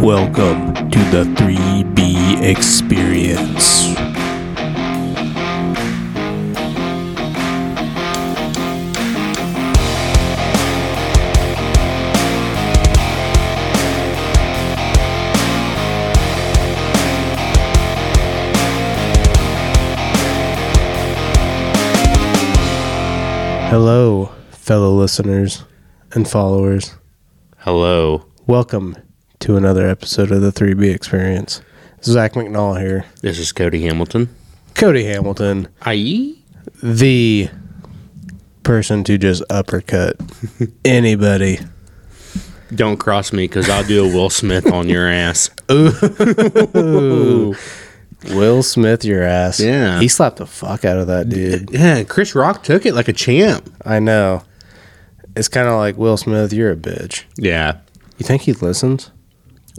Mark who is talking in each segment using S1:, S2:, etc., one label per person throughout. S1: Welcome to the 3B Experience. Hello, fellow listeners and followers.
S2: Hello.
S1: Welcome to another episode of the 3B Experience. Zach McNall here.
S2: This is Cody Hamilton.
S1: Cody Hamilton,
S2: Aye.
S1: the person to just uppercut anybody.
S2: Don't cross me because I'll do a Will Smith on your ass.
S1: Will Smith, your ass.
S2: Yeah.
S1: He slapped the fuck out of that dude.
S2: Yeah, Chris Rock took it like a champ.
S1: I know. It's kind of like Will Smith, you're a bitch.
S2: Yeah.
S1: You think he listens?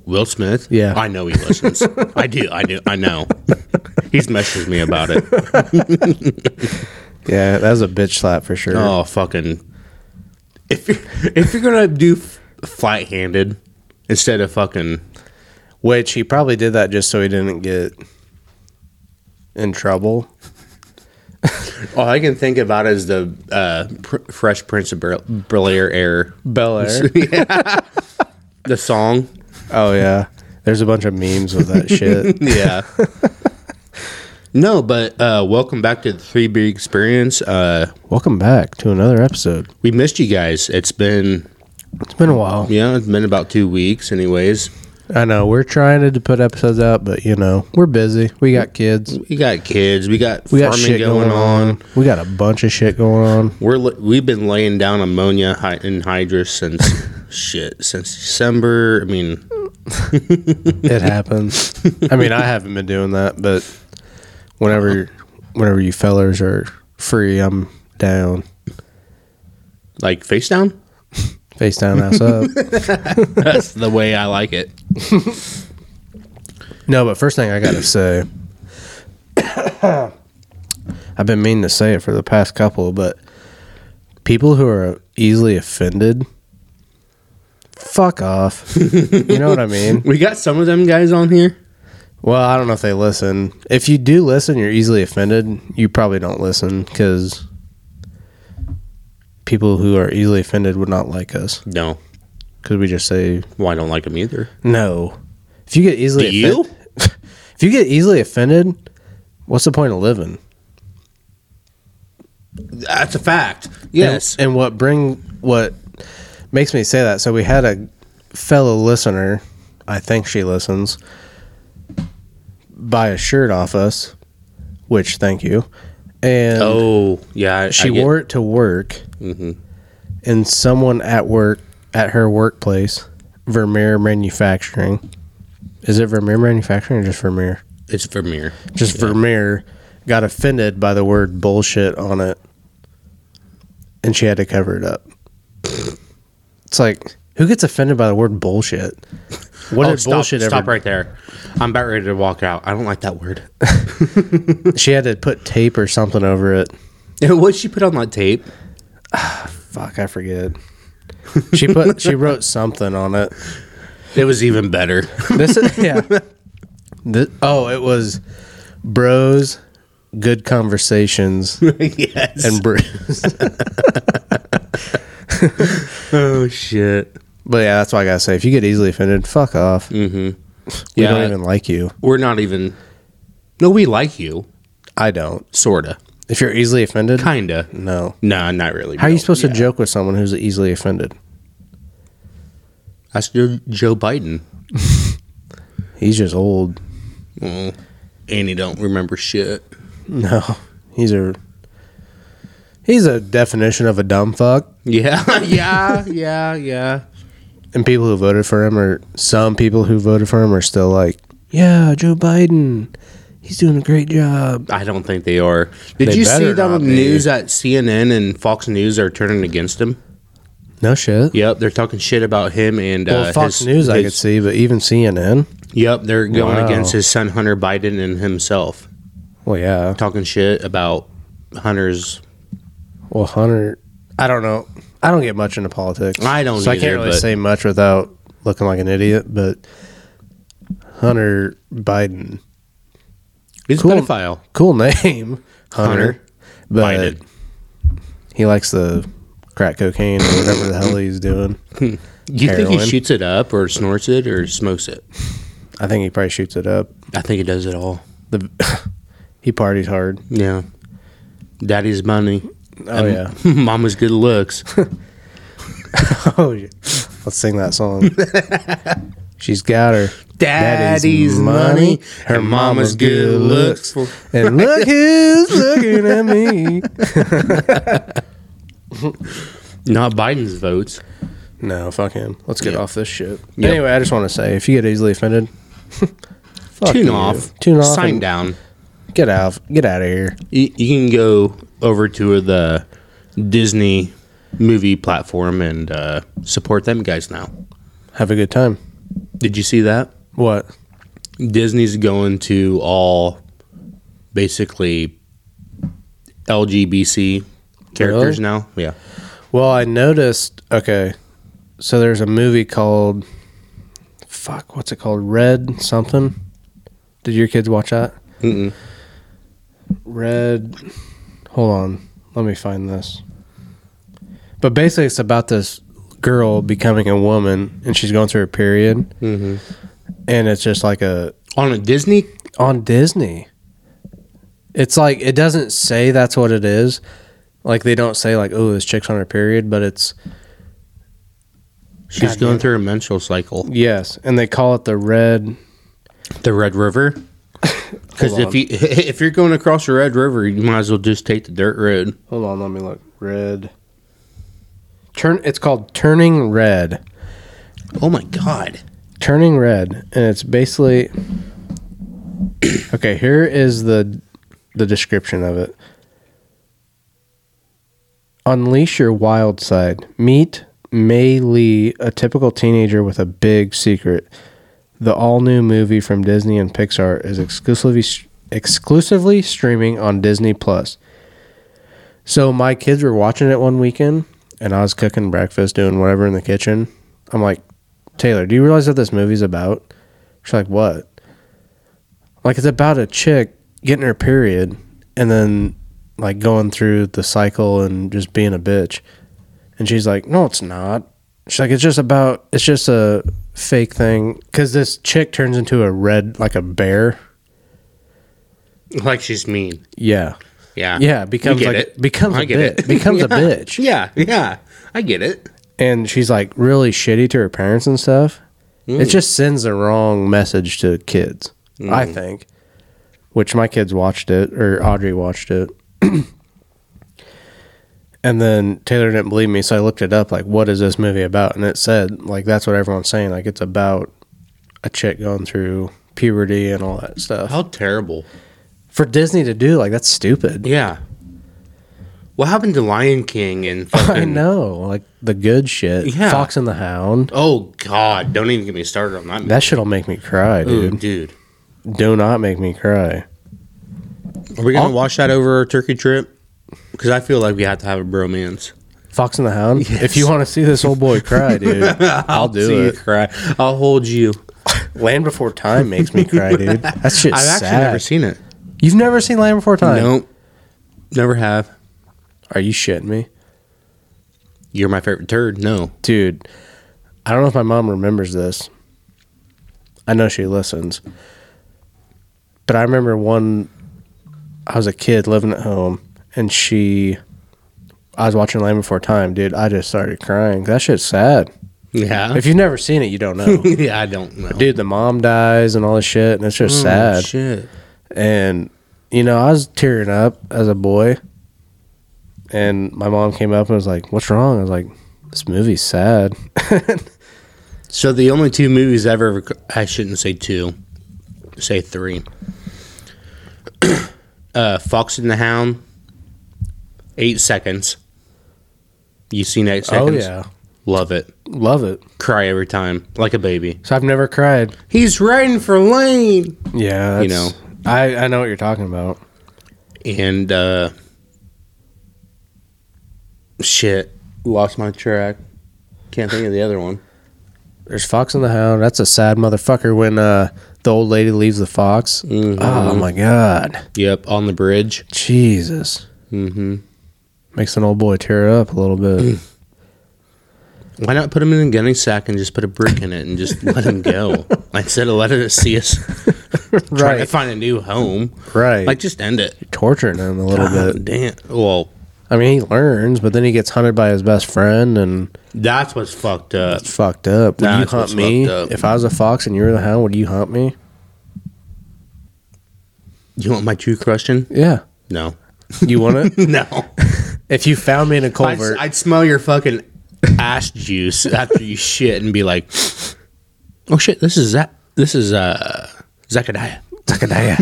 S2: Will Smith?
S1: Yeah.
S2: I know he listens. I do. I do. I know. He's messaged me about it.
S1: Yeah, that was a bitch slap for sure.
S2: Oh, fucking. If you're, if you're going to do f- flat handed instead of fucking.
S1: Which he probably did that just so he didn't get in trouble.
S2: All I can think about is the uh, pr- Fresh Prince of Bel Bel Air air.
S1: Bel Air.
S2: The song.
S1: oh, yeah. There's a bunch of memes with that shit.
S2: yeah. no, but uh, welcome back to the Three B Experience. Uh,
S1: Welcome back to another episode.
S2: we missed you guys. It's been
S1: It's been a while.
S2: yeah, it's been about two weeks, anyways.
S1: I know. We're trying to put episodes out, but, you know, we're busy. We got kids.
S2: We got kids. We got
S1: We
S2: farming
S1: got shit
S2: going, on.
S1: We got a bunch of shit going on.
S2: We're li- we've been laying down ammonia hy- and hydrous since shit since December. I mean,
S1: It happens. I mean, I haven't been doing that, but whenever whenever you fellers are free, I'm down.
S2: like face down.
S1: Face down, ass up.
S2: That's the way I like it.
S1: No, but first thing I gotta say, I've been meaning to say it for the past couple, but people who are easily offended, fuck off. you know what I mean?
S2: We got some of them guys on here.
S1: Well, I don't know if they listen. If you do listen, you're easily offended. You probably don't listen because people who are easily offended would not like us
S2: No,
S1: because we just say
S2: well, I don't like them either.
S1: no. If you get easily,
S2: Do you?
S1: offend- if you get easily offended, what's the point of living?
S2: That's a fact.
S1: And- And, what bring what makes me say that? So we had a fellow listener, I think she listens, buy a shirt off us, which thank you. And
S2: Oh yeah, I-
S1: she
S2: I get- Mm-hmm.
S1: wore it to work, and someone at work at her workplace, Vermeer Manufacturing. Is it Vermeer Manufacturing or just Vermeer?
S2: It's Vermeer.
S1: just Vermeer got offended by the word bullshit on it and she had to cover it up. It's like who gets offended by the word bullshit? What
S2: Oh,
S1: did
S2: stop,
S1: bullshit
S2: stop
S1: ever
S2: right there. I'm about ready to walk out. I don't like that word.
S1: she had to put tape or something over it.
S2: what she put on that tape?
S1: Fuck, I forget. She put she wrote something on it.
S2: It was even better.
S1: This is yeah. Thi- oh, it was bros, good conversations
S2: yes.
S1: and brews.
S2: oh shit.
S1: But yeah, that's why I gotta say. If you get easily offended, fuck off. We
S2: Yeah.
S1: don't even like you.
S2: We're not even. No, we like you,
S1: I don't.
S2: sorta,
S1: If you're easily offended,
S2: kinda.
S1: no.
S2: Nah, not really.
S1: How are you supposed to joke with someone who's easily offended?
S2: That's your Joe Biden,
S1: He's just old.
S2: Mm. and he don't remember shit.
S1: No, he's a he's a definition of a dumb fuck.
S2: Yeah, yeah, yeah, yeah.
S1: And people who voted for him, or some people who voted for him, are still like, yeah, Joe Biden, he's doing a great job.
S2: I don't think they are. Did
S1: They
S2: you see
S1: better
S2: that
S1: not
S2: on the
S1: be.
S2: news that CNN and Fox News are turning against him?
S1: No shit.
S2: Yep, they're talking shit about him and
S1: Well,
S2: uh,
S1: Fox
S2: his-
S1: News I
S2: his-
S1: could see, but even CNN.
S2: Yep, they're going
S1: Wow.
S2: against his son Hunter Biden and himself,
S1: Well, yeah.
S2: talking shit about Hunter's.
S1: Well, Hunter, I don't know. I don't get much into politics.
S2: I don't
S1: So I
S2: either,
S1: can't really
S2: but-
S1: say much without looking like an idiot. But Hunter Biden,
S2: He's
S1: Cool.
S2: a pedophile.
S1: cool name, Hunter,
S2: Hunter
S1: but
S2: Biden.
S1: he likes the crack cocaine or whatever the hell he's doing.
S2: Do you think
S1: heroin.
S2: he shoots it up or snorts it or smokes it?
S1: I think he probably shoots it up.
S2: I think he does it all.
S1: The he parties hard.
S2: Yeah. Daddy's money.
S1: Oh yeah.
S2: Mama's good looks.
S1: Oh, yeah. let's sing that song. She's got her
S2: Daddy's money, her mama's good looks.
S1: and look who's looking at me.
S2: Not Biden's votes.
S1: No, fuck him. Let's get
S2: Yeah.
S1: off this shit.
S2: Yep.
S1: Anyway, I just want to say, if you get easily offended, fuck
S2: Tune
S1: you.
S2: off.
S1: tune off,
S2: Sign
S1: and
S2: down.
S1: Get out, get out of here.
S2: You, you can go over to the Disney movie platform and uh, support them guys now.
S1: Have a good time.
S2: Did you see that?
S1: What?
S2: Disney's going to all basically LGBC characters
S1: Really?
S2: now. Yeah.
S1: Well, I noticed. Okay, so there's a movie called fuck. What's it called? Red something. Did your kids watch that?
S2: Mm-mm.
S1: Red. Hold on. Let me find this. But basically, it's about this girl becoming a woman, and she's going through her period,
S2: Mhm.
S1: and it's just like a
S2: On a Disney?
S1: on Disney. It's like it doesn't say that's what it is. Like they don't say like, "Oh, this chick's on her period," but it's
S2: She's
S1: God damn
S2: going
S1: it.
S2: through a menstrual cycle.
S1: yes, and they call it the red.
S2: The Red River. Because
S1: Hold
S2: if
S1: on.
S2: you if you're going across the Red River, you might as well just take the dirt road.
S1: Hold on, let me look. Red. Turn. It's called Turning Red.
S2: Oh my God!
S1: Turning Red, and it's basically. okay, here is the the description of it. Unleash your wild side. Meet May Lee, a typical teenager with a big secret. The all-new movie from Disney and Pixar is exclusively exclusively streaming on Disney Plus. So my kids were watching it one weekend, and I was cooking breakfast, doing whatever in the kitchen. I'm like, Taylor, do you realize what this movie's about? She's like, what? Like, it's about a chick getting her period and then, like, going through the cycle and just being a bitch. And she's like, no, it's not. She's like, it's just about, it's just a fake thing. Cause this chick turns into a red, like a bear.
S2: Like she's mean.
S1: Yeah.
S2: Yeah.
S1: Yeah. Becomes
S2: get
S1: like,
S2: it.
S1: becomes
S2: I
S1: a
S2: get
S1: bit,
S2: it.
S1: becomes a
S2: Yeah.
S1: bitch.
S2: Yeah. Yeah. I get it.
S1: and she's like really shitty to her parents and stuff.
S2: Mm.
S1: It just sends the wrong message to kids, I
S2: Mm.
S1: think. Which my kids watched it, or Audrey watched it. and then Taylor didn't believe me, so I looked it up like, what is this movie about? And it said, like, that's what everyone's saying. Like, it's about a chick going through puberty and all that stuff.
S2: How terrible.
S1: For Disney to do, like, that's stupid.
S2: Yeah. What happened to Lion King and fucking?
S1: I know, like, the good shit.
S2: Yeah.
S1: Fox and the Hound.
S2: Oh God! Don't even get me started on that.
S1: That shit'll make me cry,
S2: Ooh,
S1: dude.
S2: dude.
S1: Do not make me cry.
S2: Are we gonna
S1: I'll-
S2: watch that over our turkey trip? Because I feel like we have to have a bromance.
S1: Fox and the Hound.
S2: Yes.
S1: If you want to see this old boy cry, dude, I'll
S2: See
S1: do
S2: you
S1: it.
S2: cry. I'll hold you.
S1: Land Before Time makes me cry, dude. That shit's
S2: I've actually
S1: sad.
S2: never seen it.
S1: You've never seen Land Before Time?
S2: Nope. Never have.
S1: Are you shitting me,
S2: You're my favorite turd. No.
S1: dude? I don't know if my mom remembers this. I know she listens, but I remember one. I was a kid living at home, and she. I was watching Land Before Time, dude. I just started crying. That shit's sad.
S2: Yeah.
S1: If you've never seen it, you don't know.
S2: yeah, I don't know.
S1: dude, the mom dies and all this Mm-hmm. shit, and it's just
S2: Oh,
S1: sad.
S2: shit.
S1: And you know, I was tearing up as a boy. And my mom came up and was like, "What's wrong?" I was like, "This movie's sad."
S2: So the only two movies I've ever I shouldn't say two, say three. uh, Fox and the Hound. Eight seconds. You seen eight
S1: Oh,
S2: seconds? Love it.
S1: love it.
S2: Cry every time like a baby.
S1: So I've never cried.
S2: He's riding for Lane.
S1: Yeah,
S2: You
S1: that's- I I know what you're talking about.
S2: and uh shit lost my track. Can't think of the other one.
S1: There's Fox and the Hound. That's a sad motherfucker when uh, the old lady leaves the fox. Oh my god,
S2: Yep, on the bridge.
S1: Jesus!
S2: Mm-hmm.
S1: Makes an old boy tear up a little bit.
S2: Why not put him in a gunny sack and just put a brick in it and just let him go instead of letting it see us trying to
S1: right,
S2: find a new home?
S1: right.
S2: Like,
S1: Like
S2: just end it.
S1: torturing him a little
S2: God
S1: bit.
S2: damn. Well,
S1: I mean, he learns, but then he gets hunted by his best friend, and
S2: that's what's fucked up.
S1: it's fucked up. Would you
S2: That's what's
S1: hunt me?
S2: fucked up.
S1: If I was a fox and you were the hound, would you hunt me?
S2: You want my true question?
S1: Yeah.
S2: No.
S1: You want it?
S2: No.
S1: if you found me in a
S2: I'd,
S1: culvert,
S2: I'd smell your fucking ass juice after you shit and be like, "Oh shit, this is that. This is uh Zechariah,
S1: Takadaya.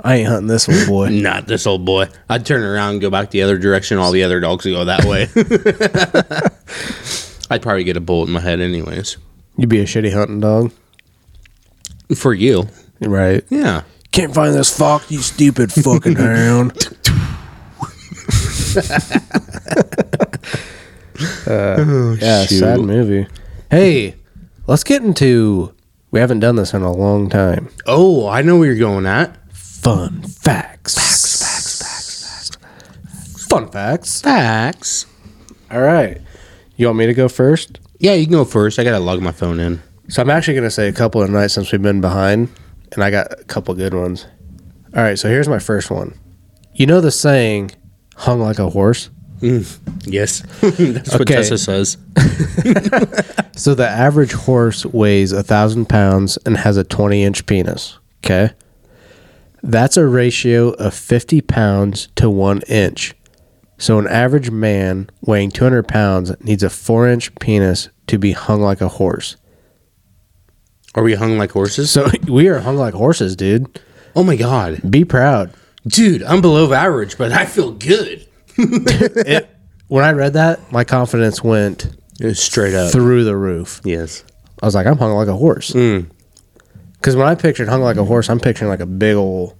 S1: I ain't hunting this one, boy.
S2: not this old boy." I'd turn around, and go back the other direction. All the other dogs would go that way. I'd probably get a bullet in my head, anyways.
S1: You'd be a shitty hunting dog,
S2: For you,
S1: right?
S2: yeah.
S1: Can't find this fox, you stupid fucking hound. Uh, yeah, sad movie. Hey, let's get into. We haven't done this in a long time.
S2: Oh, I know where you're going at.
S1: Fun facts. Facts. Facts. Facts. Facts. Fun facts.
S2: Facts.
S1: All right. You want me to go first?
S2: Yeah, you can go first. I gotta log my phone in.
S1: So I'm actually going to say a couple of nights since we've been behind, and I got a couple good ones. All right, so here's my first one. You know the saying, hung like a horse?
S2: Yes, that's what
S1: Okay.
S2: Tessa says.
S1: So the average horse weighs a thousand pounds and has a 20 inch penis. Okay. That's a ratio of 50 pounds to one inch. So an average man weighing 200 pounds needs a four inch penis to be hung like a horse.
S2: Are we hung like horses?
S1: So we are hung like horses, dude.
S2: Oh my god.
S1: Be proud.
S2: dude, I'm below average, but I feel good.
S1: When I read that, my confidence went
S2: Straight up.
S1: through the roof.
S2: Yes.
S1: I was like, I'm hung like a horse.
S2: Mm.
S1: Because when I pictured hung like a horse, I'm picturing like a big old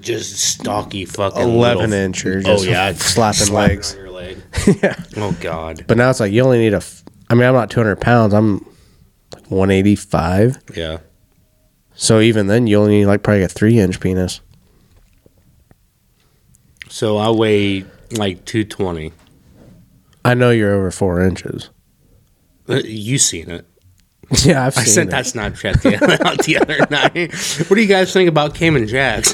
S2: just stocky fucking
S1: 11
S2: little- Oh,
S1: inch or just slapping, legs.
S2: on your leg.
S1: yeah.
S2: Oh god.
S1: But now it's like you only need a. F- I mean, I'm not 200 pounds. I'm like 185.
S2: Yeah.
S1: So even then, you only need like probably a three inch penis.
S2: So I weigh like 220.
S1: I know you're over four inches.
S2: Uh, You seen it?
S1: Yeah, I've seen
S2: I sent
S1: it.
S2: that Snapchat the other, out the other night. What do you guys think about Cayman Jacks?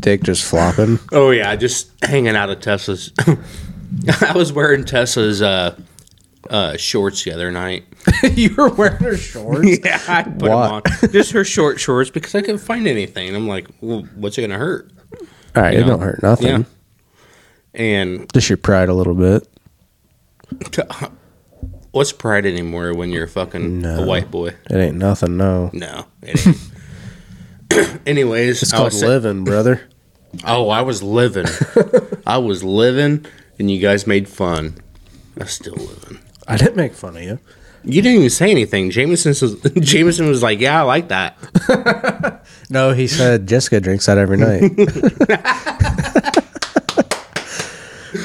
S1: dick just flopping.
S2: oh yeah, just hanging out at Tesla's. I was wearing Tesla's uh, uh, shorts the other night.
S1: you were wearing her shorts.
S2: Yeah, I put 'em
S1: Why?
S2: on. Just her short shorts because I couldn't find anything. And I'm like, well, what's it gonna hurt?
S1: All right,
S2: Yeah.
S1: it don't hurt nothing.
S2: Yeah. And
S1: Just your pride a little bit.
S2: what's pride anymore when you're fucking
S1: No.
S2: a white boy?
S1: It ain't nothing. No,
S2: No. It ain't. Anyways,
S1: it's
S2: I
S1: called
S2: was, sa-
S1: living, brother.
S2: oh, I was living. I was living, and you guys made fun. I'm still living.
S1: I didn't make fun of you.
S2: You didn't even say anything. Jameson was, Jameson was like, "Yeah, I like that."
S1: No, he said Uh, Jessica drinks that every night.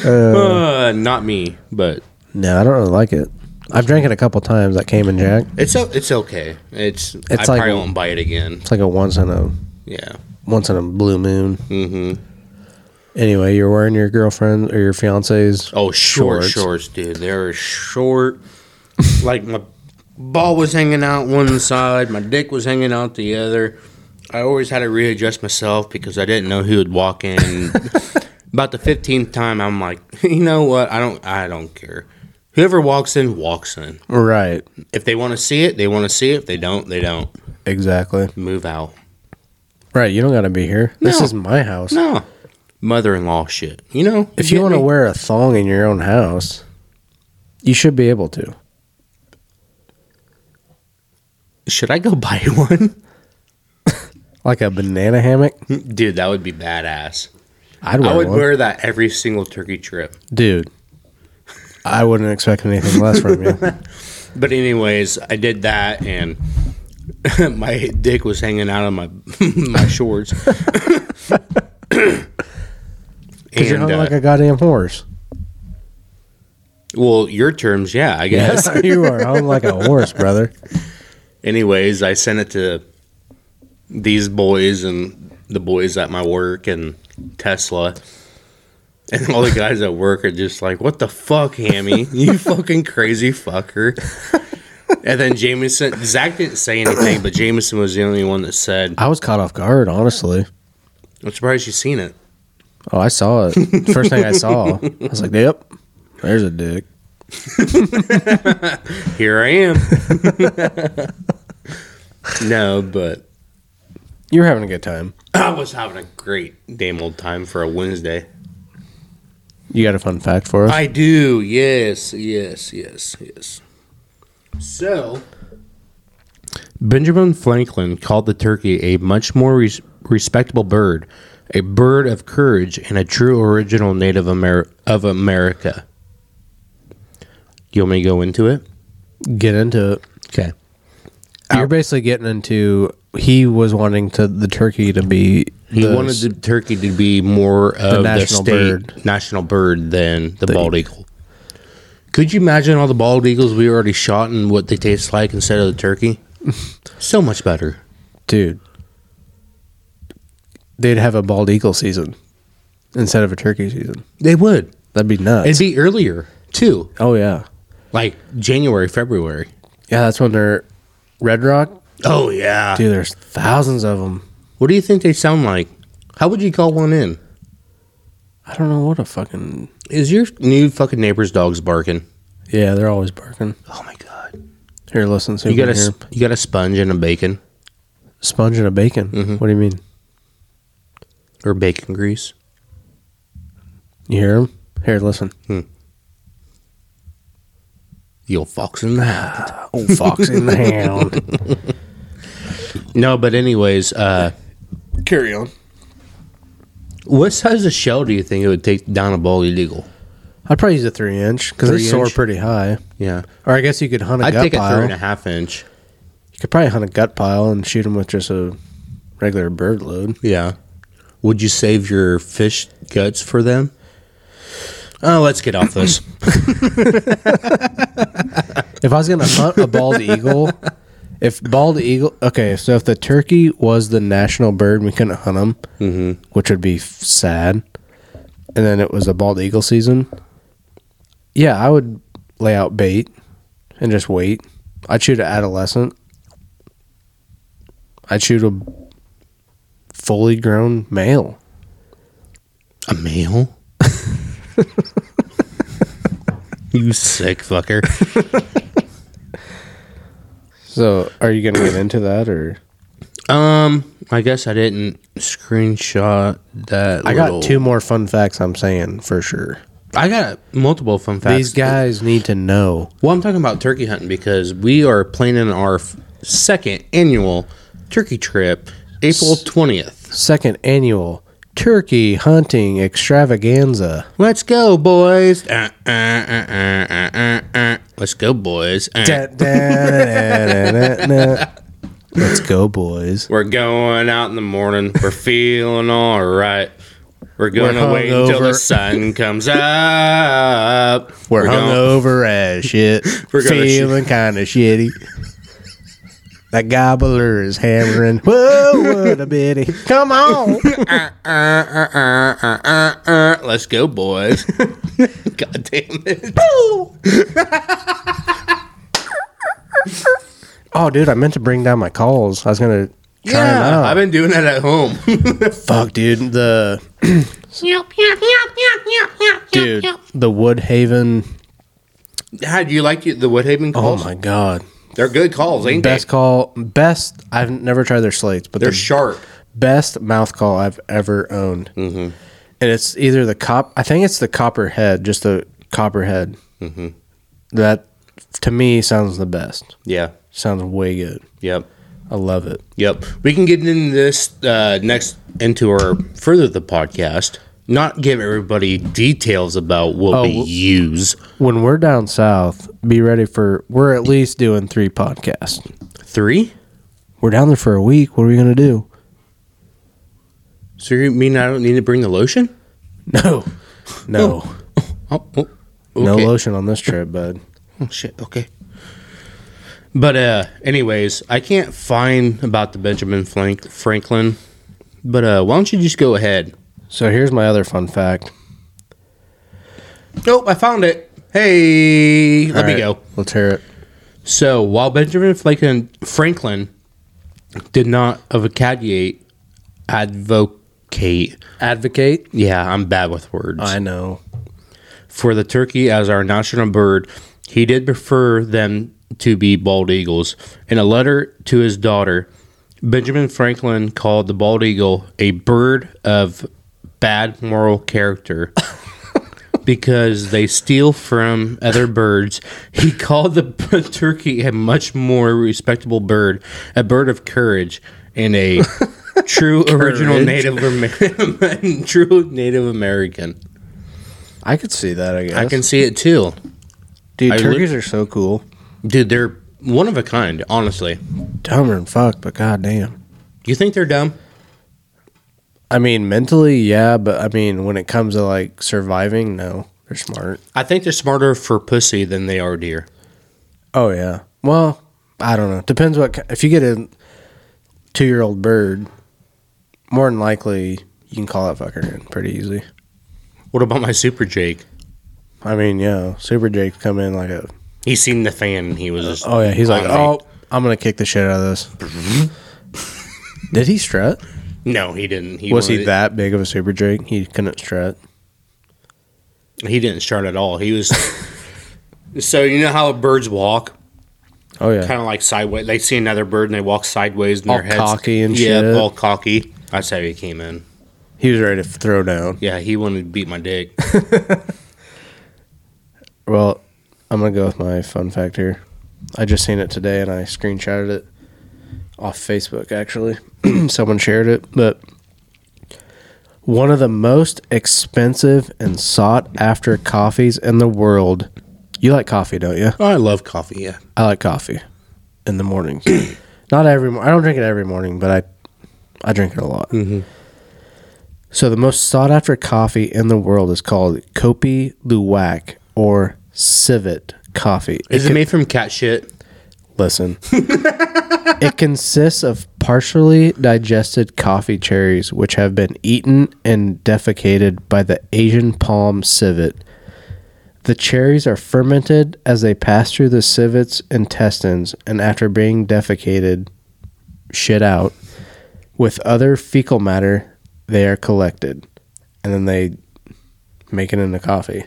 S2: Uh, not me, but
S1: no, I don't really like it. I've drank it a couple times. That came in Jack.
S2: it's o- it's okay. It's, I
S1: like-
S2: probably won't buy it again.
S1: It's like a once in a
S2: Yeah.
S1: once in a blue moon. Mm-hmm. Anyway, you're wearing your girlfriend or your fiance's.
S2: Oh, short
S1: Shorts.
S2: shorts, dude. They were short. like my ball was hanging out one side, my dick was hanging out the other. I always had to readjust myself because I didn't know who would walk in. About the fifteenth time, I'm like, you know what? I don't, I don't care. Whoever walks in, walks in.
S1: Right.
S2: If they want to see it, they want to see it. If they don't, they don't.
S1: Exactly.
S2: Move out.
S1: Right. You don't got to be here. This
S2: No.
S1: is my house.
S2: No, mother-in-law shit. You know,
S1: If you
S2: get
S1: want to
S2: me?
S1: wear a thong in your own house, you should be able to.
S2: should I go buy one?
S1: Like a banana hammock,
S2: Dude, that would be badass.
S1: I'd wear
S2: I would
S1: one.
S2: wear that every single turkey trip.
S1: Dude, I wouldn't expect anything less from you.
S2: But anyways, I did that and my dick was hanging out of my my shorts.
S1: Because you're
S2: and
S1: hung
S2: uh,
S1: like a goddamn horse.
S2: Well, your terms, yeah, I guess.
S1: you are hung like a horse, brother.
S2: Anyways, I sent it to these boys and the boys at my work and Tesla. And all the guys at work are just like, what the fuck, Hammy? You fucking crazy fucker. And then Jameson, Zach didn't say anything, but Jameson was the only one that said,
S1: I was caught off guard, honestly.
S2: I'm surprised you seen it.
S1: Oh, I saw it. First thing I saw, I was like, "Yep, there's a dick."
S2: Here I am. no, but
S1: You were having a good time.
S2: I was having a great damn old time for a Wednesday.
S1: You got a fun fact for us?
S2: I do. Yes, yes, yes, yes. So, Benjamin Franklin called the turkey a much more res- respectable bird, a bird of courage, and a true original native Amer- of America. You want me to go into it?
S1: Get into it.
S2: Okay.
S1: You're basically getting into. He was wanting to the turkey to be.
S2: He
S1: the-
S2: wanted the turkey to be more of the
S1: national
S2: state
S1: bird.
S2: national bird than the bald eagle. Could you imagine all the bald eagles we already shot and what they taste like instead of the turkey? so much better.
S1: dude. They'd have a bald eagle season instead of a turkey season.
S2: They would.
S1: That'd be nuts.
S2: It'd be earlier too,
S1: oh yeah,
S2: like January, February.
S1: yeah. That's when they're red rock.
S2: Oh yeah.
S1: Dude, there's thousands of them.
S2: What do you think they sound like? How would you call one in?
S1: I don't know what a fucking.
S2: Is your new fucking neighbor's dogs barking?
S1: Yeah, they're always barking.
S2: Oh my god.
S1: Here, listen. So
S2: You got a
S1: here.
S2: sp- you got a sponge and a bacon
S1: sponge and a bacon.
S2: Mm-hmm.
S1: What do you mean?
S2: or bacon grease.
S1: You hear him? Here, listen.
S2: You'll fox in the hound.
S1: Old fox in the hound.
S2: No, but anyways, uh
S1: Carry on.
S2: What size of shell do you think it would take down a bald eagle?
S1: I'd probably use a three inch because they
S2: Three
S1: soar
S2: inch?
S1: pretty high.
S2: Yeah,
S1: Or I guess you could hunt a
S2: I'd
S1: gut
S2: take a
S1: pile.
S2: three and a half inch.
S1: You could probably hunt a gut pile and shoot them with just a regular bird load.
S2: Yeah. Would you save your fish guts for them? Oh, let's get off this.
S1: If I was gonna hunt a bald eagle, if bald eagle, okay, so if the turkey was the national bird, and we couldn't hunt them, which would be f- sad. And then it was a bald eagle season. Yeah, I would lay out bait and just wait. I'd shoot an adolescent. I'd shoot a fully grown male.
S2: a male? you sick fucker.
S1: So, are you gonna get into that or?
S2: Um, I guess I didn't screenshot that.
S1: I got
S2: little-
S1: two more fun facts. I'm saying for sure.
S2: I got multiple fun facts.
S1: These guys need to know.
S2: Well, I'm talking about turkey hunting because we are planning our f- second annual turkey trip, April 20th.
S1: second annual turkey hunting extravaganza.
S2: Let's go, boys. Uh, uh, uh, uh, uh, uh, uh. Let's go, boys. Uh.
S1: Let's go, boys.
S2: We're going out in the morning. We're feeling all right. We're going to
S1: We're
S2: wait until the
S1: hungover.
S2: sun comes up.
S1: We're
S2: going-
S1: hungover as shit.
S2: We're gonna
S1: feeling kind of shitty. That gobbler is hammering. Whoa, what a bitty. Come on.
S2: Uh, let's go, boys. God damn it.
S1: Oh, dude, I meant to bring down my calls. I was going to try them
S2: Yeah,
S1: out.
S2: I've been doing that at home.
S1: Fuck, dude. The dude, the Woodhaven.
S2: How do you like you- the Woodhaven
S1: Oh,
S2: calls?
S1: my God.
S2: They're good calls, ain't
S1: Best
S2: they?
S1: call, best. I've never tried their slates, but
S2: They're
S1: they're
S2: sharp.
S1: best mouth call I've ever owned. Mm-hmm. And it's either the cop. I think it's the copperhead, just the copperhead. Mm-hmm. That to me sounds the best.
S2: Yeah.
S1: Sounds way good.
S2: Yep.
S1: I love it.
S2: Yep. We can get into this uh, next into our further the podcast. Not give everybody details about what we
S1: w-
S2: use.
S1: When we're down south, be ready for we're at least doing three podcasts.
S2: Three.
S1: We're down there for a week. What are we gonna do?
S2: So you mean I don't need to bring the lotion?
S1: No, no,
S2: Oh, oh.
S1: No
S2: Okay.
S1: lotion on this trip, bud.
S2: Oh shit. Okay. But uh, anyways, I can't find about the Benjamin Frank- Franklin. But uh, why don't you just go ahead?
S1: So here's my other fun fact.
S2: Nope, I found it. Hey, let
S1: All
S2: me
S1: right,
S2: go.
S1: Let's hear it.
S2: So while Benjamin Franklin Franklin did not advocate advocate
S1: Advocate.
S2: yeah i'm bad with words
S1: I know.
S2: for the turkey as our national bird, he did prefer them to be bald eagles. In a letter to his daughter, Benjamin Franklin called the bald eagle a bird of bad moral character because they steal from other birds. He called the b- turkey a much more respectable bird, a bird of courage, and a true original
S1: Courage.
S2: Native American. true Native American.
S1: I could see that. I guess.
S2: I can see it too.
S1: Dude,
S2: I
S1: turkeys are so cool.
S2: Dude, they're one of a kind, honestly.
S1: Dumber than fuck, but goddamn.
S2: You think they're dumb?
S1: I mean, mentally, yeah, but I mean, when it comes to like surviving, no, they're smart.
S2: I think they're smarter for pussy than they are deer.
S1: Oh yeah. Well, I don't know. Depends what. ki- If you get a two-year-old bird, more than likely you can call that fucker in pretty easy.
S2: What about my super Jake?
S1: I mean, yeah, Super Jake's come in like a.
S2: He seen the fan and he was just
S1: Oh yeah, he's like,
S2: on me.
S1: oh, I'm gonna kick the shit out of this. Did he strut?
S2: no, he didn't. He
S1: Mm-hmm. Was he
S2: wanted-
S1: that big of a Super Jake? He couldn't strut.
S2: He didn't start at all. He was So you know how birds walk?
S1: Oh yeah.
S2: Kind of like sideways. They see another bird and they walk sideways and
S1: All
S2: their heads
S1: cocky and
S2: yeah,
S1: shit.
S2: all cocky. That's how he came in.
S1: He was ready to throw down.
S2: Yeah, he wanted to beat my dick.
S1: Well, I'm gonna go with my fun fact here. I just seen it today and I screenshotted it off Facebook actually. Someone shared it, but one of the most expensive and sought after coffees in the world. You like coffee, don't you?
S2: I love coffee. Yeah,
S1: I like coffee in the mornings. Not every. mo- I don't drink it every morning, but I, I drink it a lot. So the most sought after coffee in the world is called Kopi Luwak or Civet coffee.
S2: is it
S1: can-
S2: made from cat shit?
S1: Listen. it consists of partially digested coffee cherries, which have been eaten and defecated by the Asian palm civet. The cherries are fermented as they pass through the civet's intestines, and after being defecated, shit out, with other fecal matter, they are collected. And then they make it into coffee.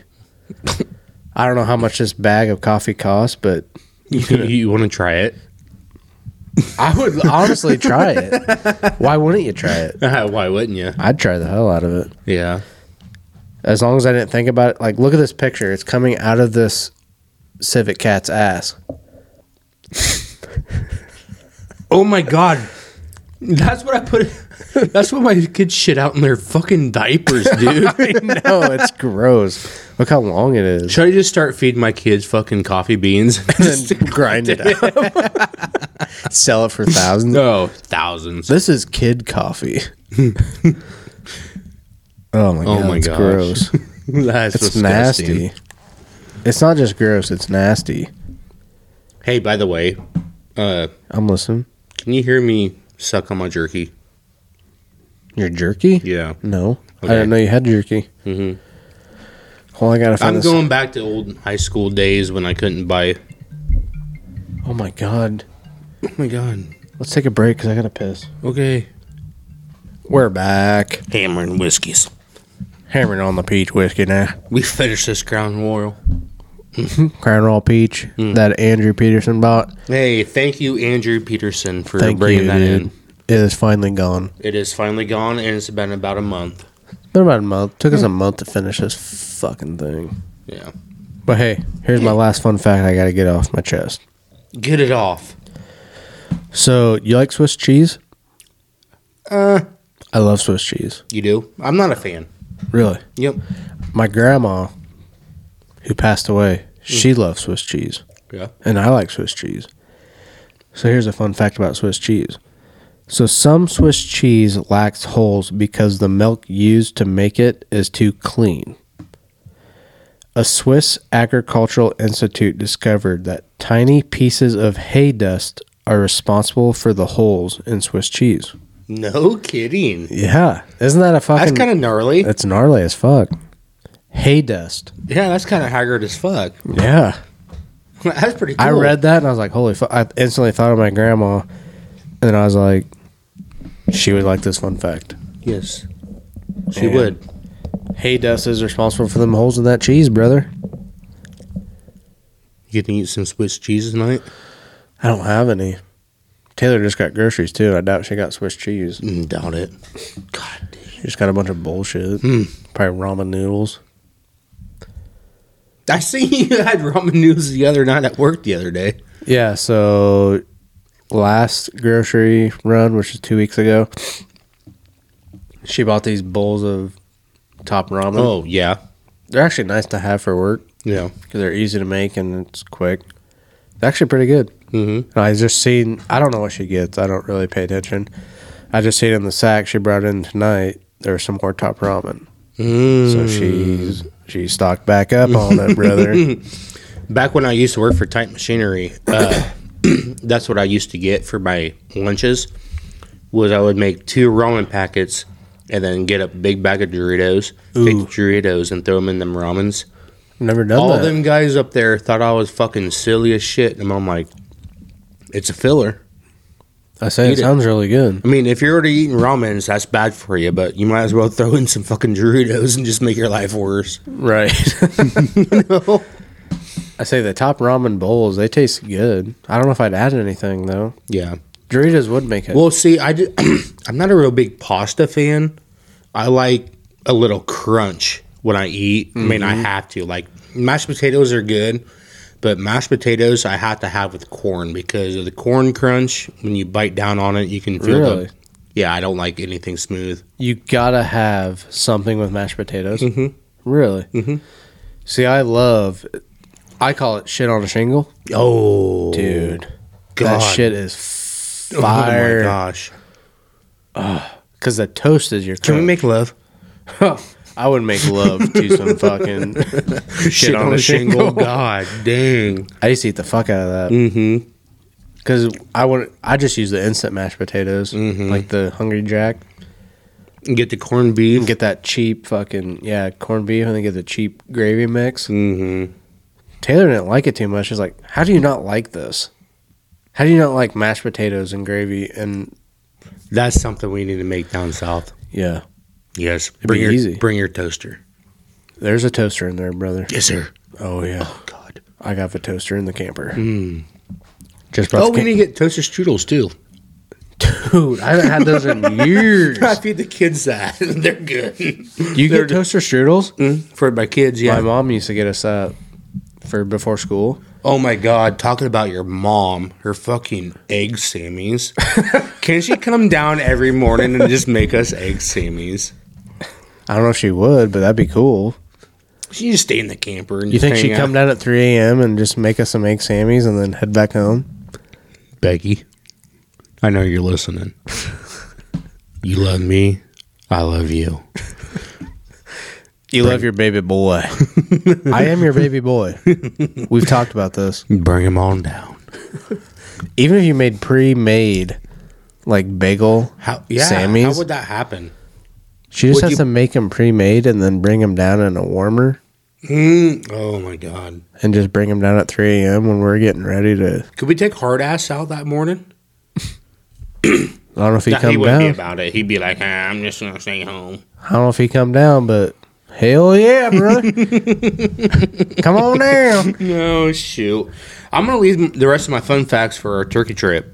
S1: I don't know how much this bag of coffee costs, but
S2: you want to try it?
S1: I would honestly try it. Why wouldn't you try it?
S2: Why wouldn't you?
S1: I'd try the hell out of it.
S2: Yeah.
S1: As long as I didn't think about it. Like, look at this picture. It's coming out of this civet cat's ass.
S2: Oh my god. That's what I put. That's what my kids shit out in their fucking diapers, dude.
S1: No, it's gross. Look how long it is.
S2: Should I just start feeding my kids fucking coffee beans?
S1: And then grind it up. Sell it for thousands.
S2: no, thousands.
S1: This is kid coffee. oh my god,
S2: my
S1: it's
S2: gosh.
S1: gross.
S2: That's
S1: It's
S2: disgusting.
S1: nasty. It's not just gross, it's nasty.
S2: Hey, by the way, uh,
S1: I'm listening.
S2: can you hear me suck on my jerky?
S1: You're jerky?
S2: Yeah.
S1: No, I
S2: Okay.
S1: didn't know you had jerky. Mm-hmm. Well, I gotta find
S2: I'm
S1: this.
S2: going back to old high school days when I couldn't buy.
S1: oh my god!
S2: Oh my god.
S1: Let's take a break because I gotta piss.
S2: Okay.
S1: We're back,
S2: Hammering whiskeys.
S1: hammering on the peach whiskey now.
S2: We finished this ground royal.
S1: Crown Royal Peach that Andrew Peterson bought.
S2: Hey, thank you, Andrew Peterson, for
S1: Thank
S2: bringing
S1: you,
S2: that
S1: dude.
S2: in.
S1: It is finally gone.
S2: It is finally gone, and it's been about a month.
S1: Been about a month. Took us a month to finish this fucking thing.
S2: Yeah.
S1: But hey, here's my last fun fact I gotta get off my chest.
S2: Get it off.
S1: So you like Swiss cheese? Uh, I love Swiss cheese.
S2: You do? I'm not a fan.
S1: Really.
S2: Yep.
S1: my grandma, who passed away, she loves Swiss cheese,
S2: Yeah.
S1: and I like Swiss cheese. So here's a fun fact about Swiss cheese. So some Swiss cheese lacks holes because the milk used to make it is too clean. a Swiss agricultural institute discovered that tiny pieces of hay dust are responsible for the holes in Swiss cheese.
S2: No kidding.
S1: Yeah. Isn't that a fucking.
S2: That's kind of gnarly.
S1: That's gnarly as fuck. Hay dust.
S2: Yeah, that's kind of haggard as fuck.
S1: Yeah.
S2: That's pretty cool.
S1: I read that and I was like, holy fuck. I instantly thought of my grandma. And then I was like, she would like this fun fact.
S2: Yes. She
S1: And-
S2: would.
S1: Hay dust is responsible for them holes in that cheese, brother.
S2: You can eat some Swiss cheese tonight?
S1: I don't have any. Taylor just got groceries too. I doubt she got Swiss cheese.
S2: Mm, doubt it. God damn.
S1: She just got a bunch of bullshit. Probably ramen noodles.
S2: I seen you had ramen noodles the other night at work the other day.
S1: Yeah, so last grocery run, which is two weeks ago, she bought these bowls of top ramen.
S2: Oh, yeah.
S1: They're actually nice to have for work
S2: Yeah.
S1: because they're easy to make and it's quick. They're actually pretty good.
S2: Mm-hmm.
S1: And I just seen, I don't know what she gets. I don't really pay attention. I just seen in the sack she brought in tonight, there was some more top ramen.
S2: Mm.
S1: So she's she stocked back up on it, brother.
S2: Back when I used to work for Tight Machinery, uh, that's what I used to get for my lunches. Was I would make two ramen packets and then get a big bag of Doritos, take the Doritos, and throw them in them ramens.
S1: Never done
S2: All
S1: that.
S2: them guys up there thought I was fucking silly as shit, and I'm like, it's a filler.
S1: I say it
S2: Eat it.
S1: sounds really good.
S2: I mean, if you're already eating ramens, that's bad for you, but you might as well throw in some fucking Doritos and just make your life worse.
S1: Right. I say the top ramen bowls, they taste good. I don't know if I'd add anything though.
S2: Yeah.
S1: Doritos would make it.
S2: Well, see, I did, I'm not a real big pasta fan. I like a little crunch when I eat. I mean, I
S1: Mm-hmm.
S2: have to. Like mashed potatoes are good, but mashed potatoes I have to have with corn because of the corn crunch. When you bite down on it, you can feel
S1: Really?
S2: the. Yeah, I don't like anything smooth.
S1: you gotta have something with mashed potatoes. Mm-hmm. Really? Mm-hmm. See, I love. I call it shit on a shingle,
S2: Oh,
S1: dude. That
S2: God.
S1: shit is
S2: Oh my
S1: fire.
S2: gosh!
S1: Because the toast is your.
S2: Can we
S1: crunch.
S2: make love?
S1: I would make love to some fucking shit, on, a shingle.
S2: God dang!
S1: I used to eat the fuck out of that.
S2: Mm-hmm.
S1: Cause I would, I just use the instant mashed potatoes,
S2: Mm-hmm.
S1: like the Hungry Jack.
S2: Get the corned beef.
S1: Get that cheap fucking yeah corned beef, and then get the cheap gravy mix.
S2: mm-hmm.
S1: Taylor didn't like it too much. She's like, "How do you not like this? How do you not like mashed potatoes and gravy?" And
S2: That's something we need to make down south.
S1: yeah,
S2: Yes. Bring
S1: be
S2: your
S1: easy.
S2: bring your toaster.
S1: there's a toaster in there, brother.
S2: Yes, sir.
S1: Oh yeah,
S2: God.
S1: I got the toaster in the camper. Hmm. Just brought
S2: oh,
S1: the
S2: we
S1: cam-
S2: need to get toaster strudels too.
S1: dude. I haven't had those in years.
S2: feed the kids that. They're good.
S1: You get toaster strudels?
S2: Hmm? For my kids, yeah.
S1: My mom used to get us that for before school.
S2: oh my God. Talking about your mom, her fucking egg Sammys. Can she come down every morning and just make us egg Sammys?
S1: I don't know if she would, but that'd be cool.
S2: She just stay in the camper and
S1: You think
S2: hang
S1: she'd
S2: out.
S1: come down at 3 a.m. and just make us some egg sammies and then head back home?
S2: Becky, I know you're listening. you love me. I love you.
S1: You love your baby boy. I am your baby boy. We've talked about this.
S2: Bring them on down.
S1: Even if you made pre-made like bagel,
S2: How, yeah,
S1: Sammys?
S2: how would that happen?
S1: she just
S2: Would
S1: has
S2: you-
S1: to make them pre-made and then bring them down in a warmer
S2: Mm, oh my God.
S1: and just bring them down at 3 a.m. when we're getting ready to.
S2: Could we take hard ass out that morning?
S1: I don't know if he
S2: Nah,
S1: come
S2: wouldn't
S1: down.
S2: be about it. He'd be like, "Ah, I'm just gonna stay home.
S1: I don't know if he come down, but hell yeah, bro! come on down.
S2: No shoot. I'm gonna leave m- the rest of my fun facts for our turkey trip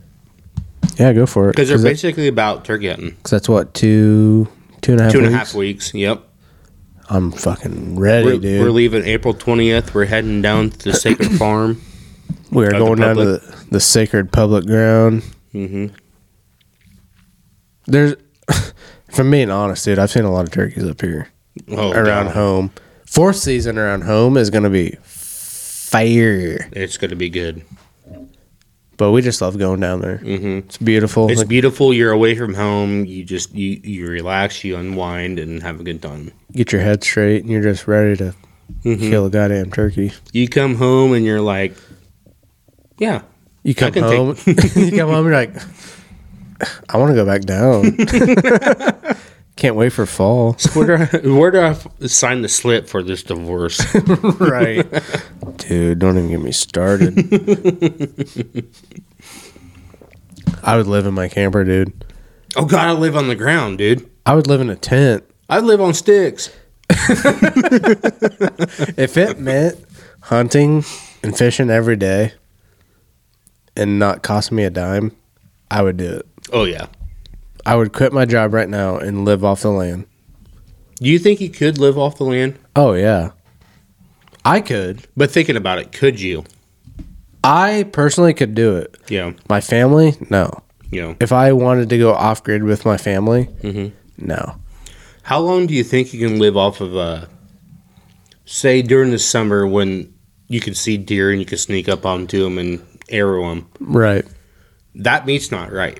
S1: Yeah, go for it.
S2: because they're
S1: Because
S2: basically about turkey hunting.
S1: that's what two, two and a half,
S2: Two and a
S1: weeks?
S2: half weeks. Yep.
S1: I'm fucking ready,
S2: We're,
S1: dude.
S2: we're leaving April 20th. We're heading down to the Sacred Farm.
S1: we are
S2: the
S1: going down to
S2: public.
S1: the, the sacred public ground.
S2: Mhm.
S1: There's, if I'm being honest, dude, I've seen a lot of turkeys up here
S2: Oh,
S1: around
S2: God.
S1: home. Fourth season around home is going to be fire,
S2: It's gonna be good.
S1: but we just love going down there. Mm-hmm. It's beautiful.
S2: Mm. It's
S1: Like,
S2: beautiful. You're away from home. You just you you relax, you unwind, and have a good time.
S1: get your head straight, and you're just ready to
S2: Mm-hmm.
S1: kill a goddamn turkey.
S2: You come home and you're like, yeah,
S1: You come
S2: can
S1: home. you come home. You're like, I want to go back down. Can't wait for fall.
S2: so where do I, where do I f- sign the slip for this divorce?
S1: right, dude. Don't even get me started. I would live in my camper, dude.
S2: oh God, I live on the ground, dude.
S1: I would live in a tent
S2: I live on sticks.
S1: if it meant hunting and fishing every day and not costing me a dime. I would do it.
S2: Oh yeah.
S1: I would quit my job right now and live off the land.
S2: Do you think you could live off the land?
S1: Oh yeah, I could.
S2: But thinking about it, could you?
S1: I personally could do it.
S2: Yeah,
S1: My family, no.
S2: yeah.
S1: If I wanted to go off grid with my family, no.
S2: How long do you think you can live off of? Uh, say during the summer when you can see deer and you can sneak up onto them and arrow them.
S1: Right.
S2: That meat's not right.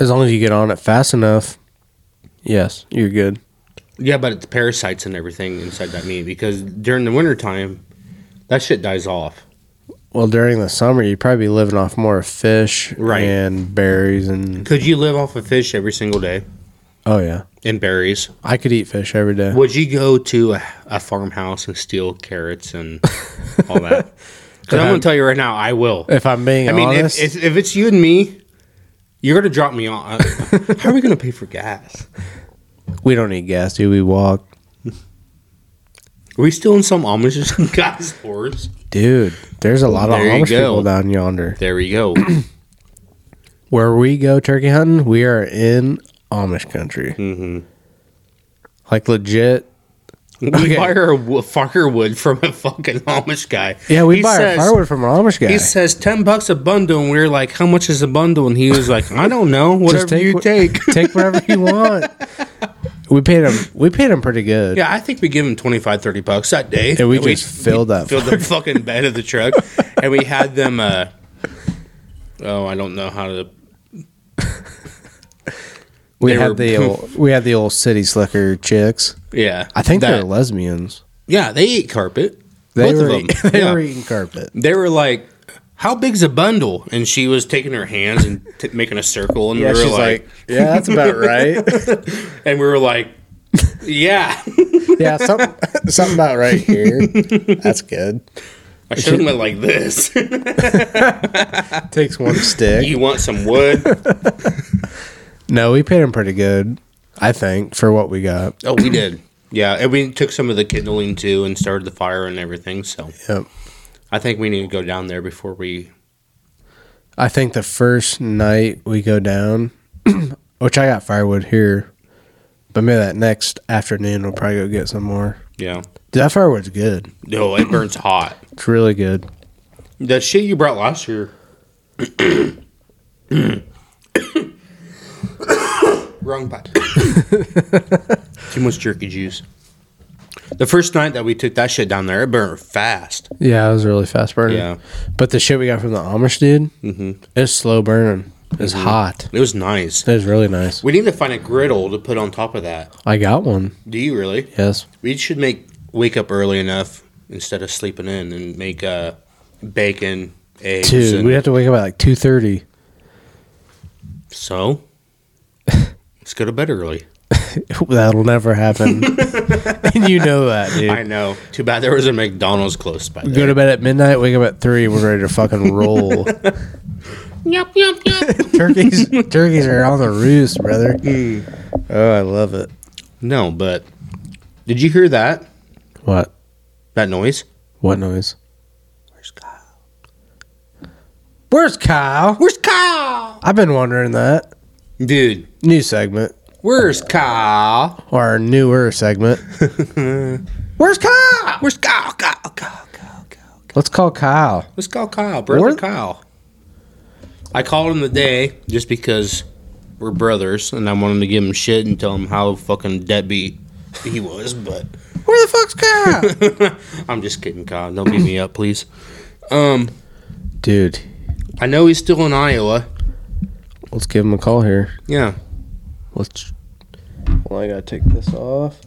S1: As long as you get on it fast enough, yes, you're good.
S2: Yeah, but it's parasites and everything inside that meat because during the wintertime, that shit dies off.
S1: Well, during the summer, you'd probably be living off more fish
S2: Right.
S1: and berries and
S2: Could you live off of fish every single day
S1: oh yeah,
S2: and berries?
S1: I could eat fish every day.
S2: Would you go to a, a farmhouse and steal carrots and all that? 'Cause I'm going to tell you right now, I will.
S1: If I'm being
S2: I mean, if,
S1: honest,
S2: if, if it's you and me, you're going to drop me on. How are we going to pay for gas?
S1: we don't need gas, dude. We walk,
S2: Are we still in some Amish guy's horse?
S1: dude. There's a lot of
S2: There you
S1: Amish
S2: go.
S1: people down yonder.
S2: There we go.
S1: Where we go turkey hunting, we are in Amish country.
S2: Mhm.
S1: Like legit,
S2: We
S1: Okay.
S2: buy our wo- firewood from a fucking Amish guy.
S1: Yeah, we
S2: He
S1: buy
S2: says-
S1: our firewood from an Amish guy.
S2: He says ten bucks a bundle, and we were like, "How much is a bundle?" And he was like, "I don't know. Whatever you
S1: wha-
S2: take."
S1: take whatever you want. We paid him. We paid him pretty good.
S2: Yeah, I think we give him 25, 30 bucks that day.
S1: And we just filled up.
S2: filled the fucking bed of the truck, and we had them. Uh, oh, I don't know how to.
S1: we
S2: they
S1: had
S2: were-
S1: the old, we had the old city slicker chicks.
S2: Yeah,
S1: I think
S2: that.
S1: they're lesbians.
S2: yeah, they ate carpet.
S1: They
S2: both
S1: were
S2: of
S1: eat-
S2: them.
S1: they
S2: yeah.
S1: were eating carpet.
S2: they were like, "How big's a bundle?" And she was taking her hands and t- making a circle, and we were like,
S1: yeah, that's about right.
S2: and we were like, "Yeah."
S1: yeah, something something about right here. That's good.
S2: I showed them it like this.
S1: Takes one stick.
S2: you want some wood?
S1: No, we paid him pretty good. I think for what we got.
S2: Oh, we did. Yeah, and we took some of the kindling too and started the fire and everything. So
S1: Yep.
S2: I think we need to go down there before we.
S1: I think the first night we go down, which I got firewood here, but maybe that next afternoon we'll probably go get some more.
S2: Yeah.
S1: Dude, that firewood's good.
S2: No, it burns hot.
S1: It's really good.
S2: The shit you brought last year. Wrong pot. Too much jerky juice. The first night that we took that shit down there, it burned fast.
S1: Yeah, it was really fast burning.
S2: Yeah.
S1: But the shit we got from the Amish dude, it's slow burning. It's hot.
S2: It was nice.
S1: It was really nice.
S2: We need to find a griddle to put on top of that.
S1: I got one.
S2: Do you really?
S1: Yes.
S2: We should make wake up early enough instead of sleeping in and make uh, bacon, eggs.
S1: Dude,
S2: and-
S1: we have to wake up at like two thirty.
S2: so let's go to bed early.
S1: That'll never happen. and you know that, dude.
S2: I know. Too bad there was a McDonald's close by.
S1: Go
S2: There.
S1: to bed at midnight, wake up at three, we're ready to fucking roll.
S2: Yup, yup, yup.
S1: turkeys turkeys are on the roost, brother.
S2: Hmm.
S1: Oh, I love it.
S2: no, but did you hear that?
S1: What?
S2: That noise?
S1: What noise?
S2: Where's Kyle?
S1: Where's Kyle?
S2: Where's Kyle?
S1: I've been wondering that.
S2: Dude,
S1: New segment
S2: where's Kyle?
S1: or our newer segment. Where's Kyle?
S2: Where's Kyle? Kyle, Kyle, Kyle, Kyle.
S1: Let's call Kyle.
S2: Let's call Kyle, brother
S1: Where-
S2: Kyle. I called him today just because we're brothers and I wanted to give him shit and tell him how fucking deadbeat he was, but
S1: Where the fuck's Kyle?
S2: I'm just kidding, Kyle. Don't beat me up, please. Um,
S1: Dude,
S2: I know he's still in Iowa.
S1: let's give him a call here.
S2: Yeah.
S1: Let's. Well, I gotta take this off.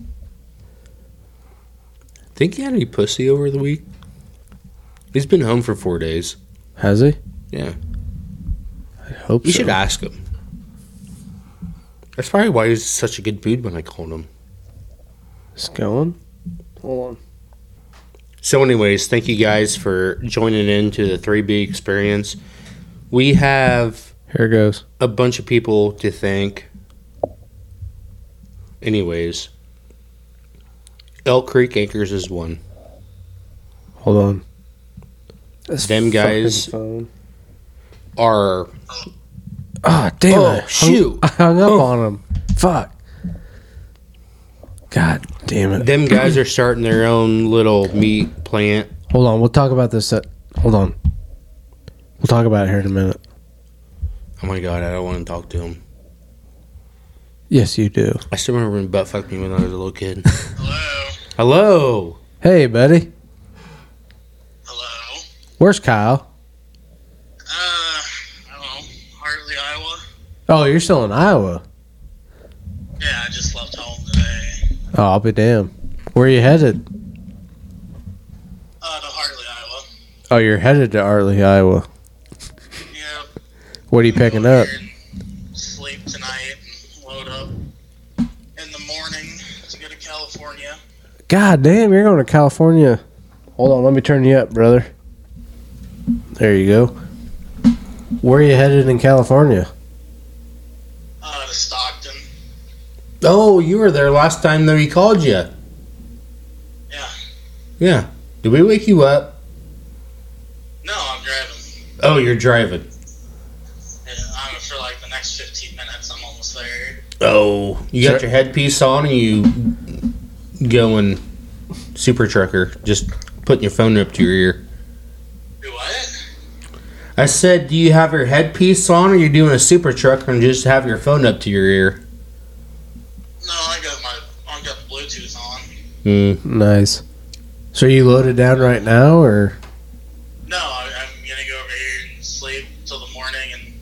S2: Think he had any pussy over the week? He's been home for four days.
S1: Has he?
S2: Yeah.
S1: I hope
S2: You
S1: so.
S2: should ask him. That's probably why he's such a good dude when I called him.
S1: It's going. Hold on.
S2: So, anyways, thank you guys for joining in to the 3B experience. We have
S1: Here it goes.
S2: a bunch of people to thank. Anyways, Elk Creek Anchors is one.
S1: Hold on. This
S2: Them guys-
S1: fucking phone.
S2: Our
S1: Ah, damn
S2: Oh,
S1: it. Hung-
S2: shoot.
S1: I hung up
S2: Oh.
S1: on him. Fuck. God damn it.
S2: them guys are starting their own little meat plant.
S1: Hold on. We'll talk about this. At, hold on. We'll talk about it here in a minute.
S2: Oh my god, I don't want to talk to him.
S1: Yes, you do.
S2: I still remember when butt fucked me when I was a little kid.
S3: Hello.
S2: Hello.
S1: Hey, buddy.
S3: Hello.
S1: Where's Kyle?
S3: Uh, I don't know. Hartley, Iowa.
S1: Oh, you're still in Iowa.
S3: Yeah, I just left home today.
S1: Oh, I'll be damned. Where are you headed?
S3: Uh, to Hartley, Iowa.
S1: Oh, you're headed to Artley, Iowa.
S3: Yeah.
S1: What are you picking
S3: go
S1: up?
S3: here and Sleep tonight. and Load up in the morning to go to California.
S1: God damn, you're going to California. Hold on, let me turn you up, brother. There you go. Where are you headed in California?
S3: Uh, to Stockton.
S2: Oh, you were there last time that we called you.
S3: Yeah.
S2: Yeah. Did we wake you up?
S3: No, I'm driving.
S2: Oh, you're driving.
S3: Yeah, I'm for like the next 15 minutes. I'm almost there.
S2: Oh, you got
S1: Sure.
S2: your headpiece on and you going super trucker, just putting your phone up to your ear.
S3: Do what?
S2: I said, do you have your headpiece on or you're doing a super trucker and just have your phone up to your ear?
S3: No, I got my I got the Bluetooth on.
S2: Mm.
S1: Nice. So are you loaded down right now or
S3: No, I, I'm gonna go over here and sleep till the morning and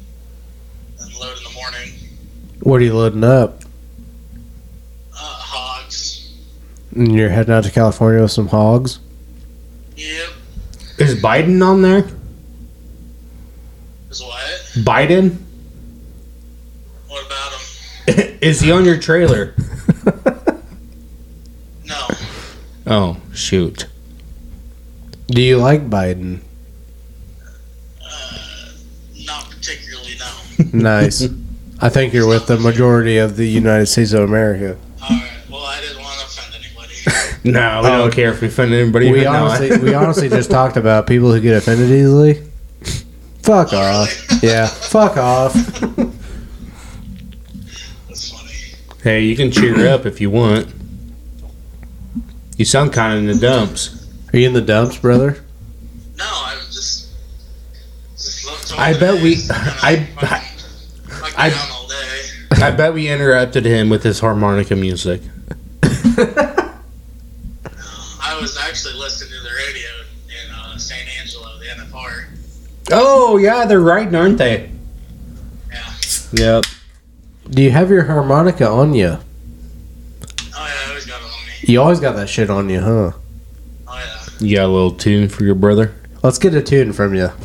S3: and load in the morning.
S1: what are you loading up?
S3: Uh, hogs.
S1: And you're heading out to California with some hogs?
S3: Yep.
S2: Is Biden on there?
S3: Is what?
S2: Biden?
S3: What about him?
S2: Is he on your trailer?
S3: No.
S2: Oh, shoot.
S1: Do you like Biden?
S3: Uh, not particularly. No.
S1: Nice. I think you're with the majority of the United States of America.
S3: All right. Well, I didn't want to offend anybody.
S2: No, we
S1: Oh.
S2: don't care if Um, we offend anybody.
S1: we
S2: or not.
S1: honestly we honestly just talked about people who get offended easily. Fuck off. Yeah, fuck off.
S3: That's funny.
S2: Hey, you can cheer up if you want. You sound kind of in the dumps.
S1: Are you in the dumps, brother?
S3: No, I was just. just left home
S2: I bet
S3: today,
S2: we-
S3: just kinda
S2: I-
S3: fucking- fucking
S2: I-
S3: down all day.
S2: I bet we interrupted him with his harmonica music.
S3: I was actually listening to the radio in uh, San Angelo, the NFR.
S2: Oh yeah, they're riding, aren't they?
S3: Yeah.
S2: Yep.
S1: Do you have your harmonica on you?
S3: Oh yeah, I always got it on me.
S1: You always got that shit on you, huh?
S3: Oh yeah.
S2: You got a little tune for your brother.
S1: Let's get a tune from you.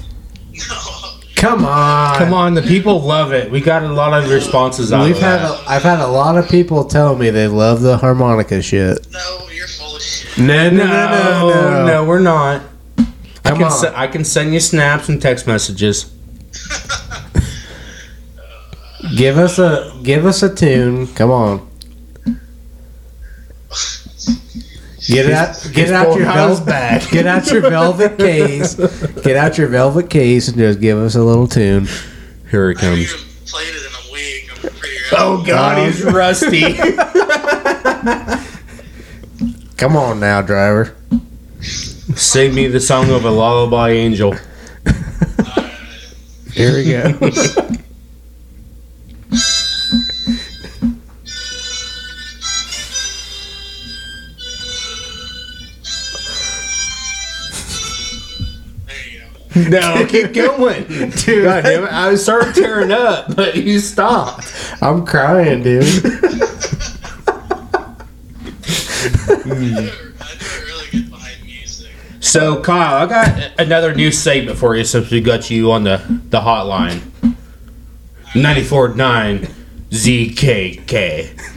S3: No.
S1: Come on.
S2: Come on, the people love it. We got a lot of responses out
S1: We've
S2: of
S1: had
S2: that.
S1: a, I've had a lot of people tell me they love the harmonica shit.
S3: No, you're full of shit.
S1: No,
S2: no, no, no, we're not. I
S1: Come
S2: can
S1: on.
S2: se- I can send you snaps and text messages.
S1: Give us a give us a tune. Come on. Get it out get
S2: he's
S1: it out
S2: pulling
S1: your
S2: out his
S1: velvet bag. Get out your velvet case. Get out your velvet case and just give us a little tune.
S2: Here it
S3: I haven't
S2: comes.
S3: even played it in a week. I'm pretty
S2: Oh God,
S1: Um.
S2: he's rusty.
S1: Come on now, driver.
S2: Sing me the song of a lullaby angel.
S3: Uh,
S1: Here we go.
S3: there you go.
S2: No, keep going, dude.
S1: God damn it,
S2: I started tearing up, but you stopped.
S1: I'm crying, dude.
S3: I do a really good
S2: So Kyle, I got another new segment for you since we got you on the the hotline. 94.9 ZKK.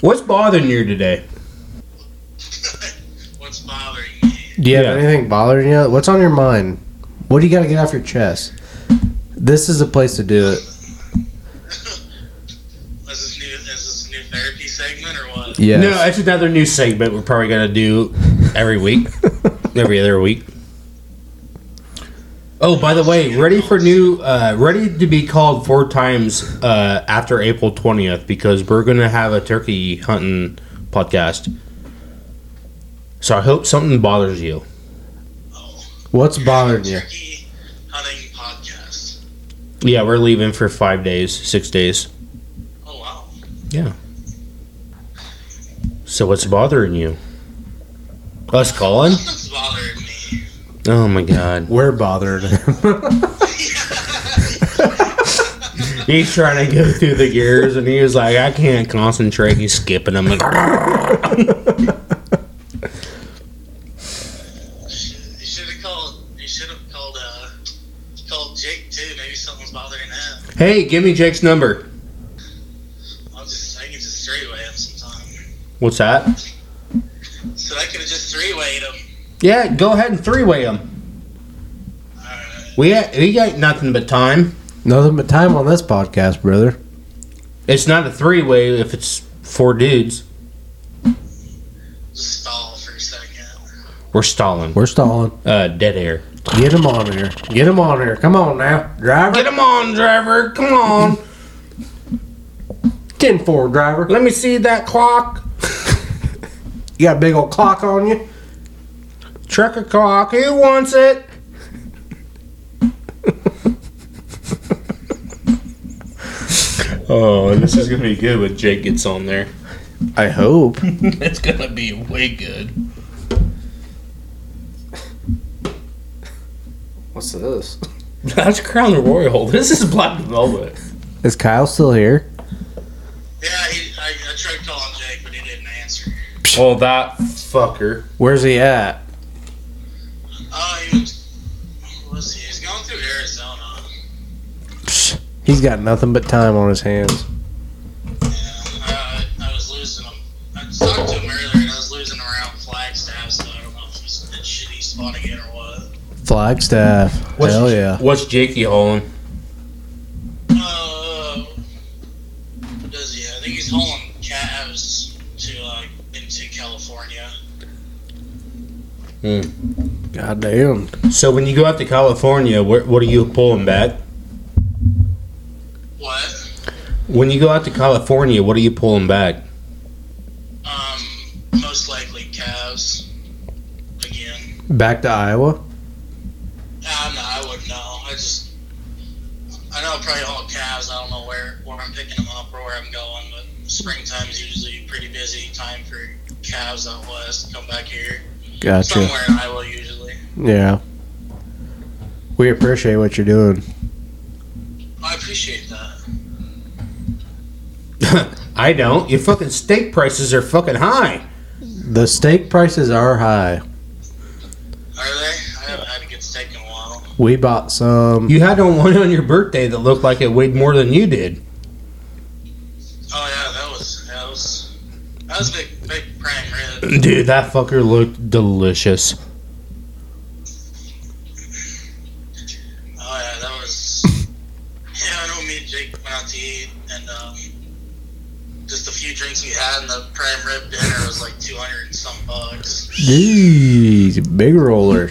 S2: What's bothering you today?
S3: What's bothering you?
S1: Do you have
S2: Yeah.
S1: anything bothering you? What's on your mind? What do you got to get off your chest? This is a place to do it.
S3: Is this new? Is this a new therapy segment or what?
S1: Yeah.
S2: No, it's another new segment we're probably gonna do every week, every other week. Oh, by the way, ready for new, uh, ready to be called four times uh, after April twentieth because we're gonna have a turkey hunting podcast. So I hope something bothers you.
S3: Oh,
S1: What's bothering you?
S3: Turkey hunting podcast.
S2: Yeah, we're leaving for five days, six days.
S3: Oh wow.
S2: So what's bothering you? Us calling?
S3: What's bothering me?
S2: Oh my god,
S1: We're bothered.
S2: he's trying to go through the gears, and he was like, "I can't concentrate." He's skipping. I'm like,
S3: You should have called. You should have called. Uh, called Jake too. Maybe something's bothering him.
S2: "Hey, give me Jake's number."
S3: I'll just. I can just three-way him sometime.
S2: What's that?
S3: So I could have just three-wayed him.
S2: Yeah, go ahead and three-way him.
S3: Alright.
S2: We ain't- we got nothing but time.
S1: Nothing but time on this podcast, brother.
S2: It's not a three-way if it's four dudes.
S3: Just stall for a second.
S2: We're stalling.
S1: We're stalling.
S2: Uh, dead air.
S1: Get him on here. Get him on here. Come on now, driver.
S2: Get him on, driver. Come on.
S1: Ten four, driver.
S2: Let me see that clock.
S1: You got a big old clock on you.
S2: Trucker clock. Who wants it? oh, this is gonna be good when Jake gets on there.
S1: I hope.
S2: It's gonna be way good.
S1: What's this?
S2: That's Crown Royal. This is Black Velvet.
S1: Is Kyle still here?
S3: Yeah, he, I, I tried calling Jake, but he didn't answer.
S2: Oh, that fucker.
S1: Where's he at?
S3: Oh, he was. what Was he? He's going through Arizona.
S1: Psh, He's got nothing but time on his hands.
S3: Yeah, I, I was losing him. I just talked to him earlier, and I was losing him around Flagstaff, so I don't know if he's in that shitty spot again or what.
S1: Flagstaff. Hell yeah.
S2: What's Jakey hauling?
S3: Uh, what does he? I think he's hauling calves to uh, into California.
S1: God damn.
S2: So when you go out to California, where, what are you pulling back?
S3: What?
S2: When you go out to California, what are you pulling back?
S3: Um, most likely calves. Again.
S1: Back to Iowa.
S3: Um, I wouldn't know. I just, I know probably all calves. I don't know where, where I'm picking them up or where I'm going, but springtime's usually a pretty busy time for calves out west to come back here.
S1: Gotcha.
S3: Somewhere in Iowa usually.
S1: Yeah. We appreciate what you're doing.
S3: I appreciate that.
S2: I don't. Your fucking steak prices are fucking high.
S1: The steak prices are high.
S3: Are they? I haven't had a good steak in a while.
S1: We bought some.
S2: You had on one on your birthday that looked like it weighed more than you did.
S3: Oh yeah, that was that was that was a big big prime rib.
S2: Dude, that fucker looked delicious.
S3: Oh yeah, that was. Yeah, I know me and Jake went out to eat, and um, just the few drinks we had, and the prime rib dinner was like two hundred and some bucks.
S1: These big roller.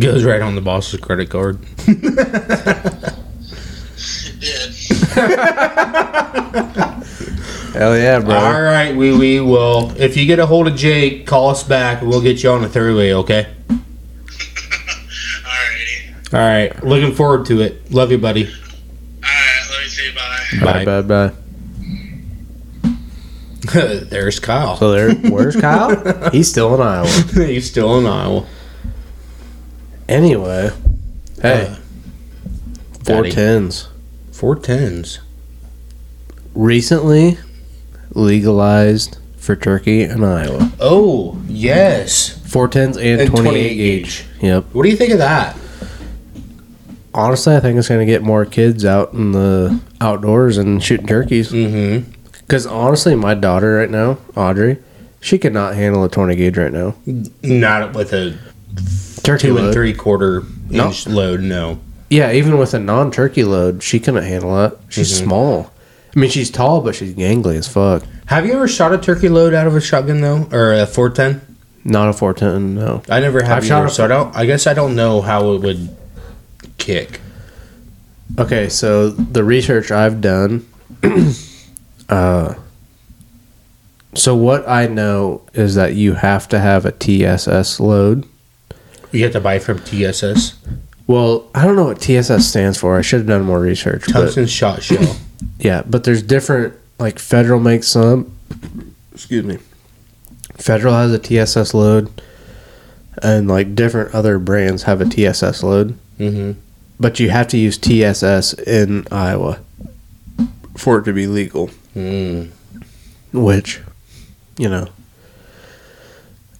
S2: Goes right on the boss's credit card.
S3: It did.
S1: Hell yeah, bro.
S2: All right, wee wee. Well, if you get a hold of Jake, call us back and we'll get you on a three way, okay?
S3: Alrighty.
S2: All right. Looking forward to it. Love you, buddy.
S3: Alright, let me say bye.
S1: Bye, bye, bye.
S2: There's Kyle.
S1: So there, where's Kyle? He's still in Iowa.
S2: He's still in Iowa.
S1: Anyway, hey, four
S2: Daddy.
S1: tens.
S2: Four tens.
S1: Recently legalized for turkey and Iowa.
S2: Oh, yes.
S1: Four tens and,
S2: And
S1: 28,
S2: 28
S1: gauge.
S2: gauge.
S1: Yep.
S2: What do you think of that?
S1: Honestly, I think it's going to get more kids out in the outdoors and shooting turkeys.
S2: Mm-hmm.
S1: Because honestly, my daughter right now, Audrey, she could not handle a 20 gauge right now.
S2: Not with a
S1: Turkey
S2: two and
S1: load.
S2: three quarter
S1: No.
S2: inch load, no.
S1: Yeah, even with a non turkey load, she couldn't handle it. She's small. I mean, she's tall, but she's gangly as fuck.
S2: Have you ever shot a turkey load out of a shotgun though, or a four ten?
S1: Not a 410, no.
S2: I never have
S1: I've shot
S2: either,
S1: a-
S2: so I don't. I guess I don't know how it would kick.
S1: Okay, so the research I've done, uh, so what I know is that you have to have a TSS load.
S2: You have to buy from TSS
S1: Well, I don't know what TSS stands for. I should have done more research. But
S2: tungsten shot shell.
S1: yeah, but there's different, like Federal makes some. Excuse me. Federal has a TSS load, and like different other brands have a TSS load,
S2: hmm
S1: but you have to use TSS in Iowa for it to be legal.
S2: Mm.
S1: which you know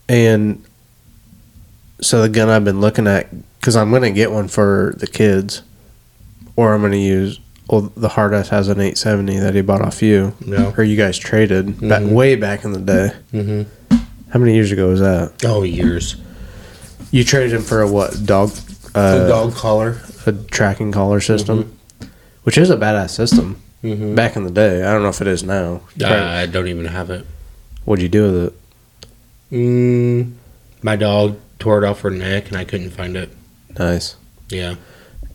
S1: and so the gun i've been looking at because i'm going to get one for the kids or i'm going to use well the hard ass has an 870 that he bought off you
S2: No.
S1: or you guys traded back
S2: Mhm.
S1: way back in the day
S2: hmm
S1: how many years ago was that
S2: Oh, years.
S1: you traded him for a what dog
S2: The
S1: uh,
S2: dog collar.
S1: a tracking collar system which is a badass system
S2: Mm-hmm.
S1: back in the day i don't know if it is now
S2: I don't even have it.
S1: what'd you do with it
S2: Mm. My dog tore it off her neck, and I couldn't find it.
S1: nice
S2: Yeah,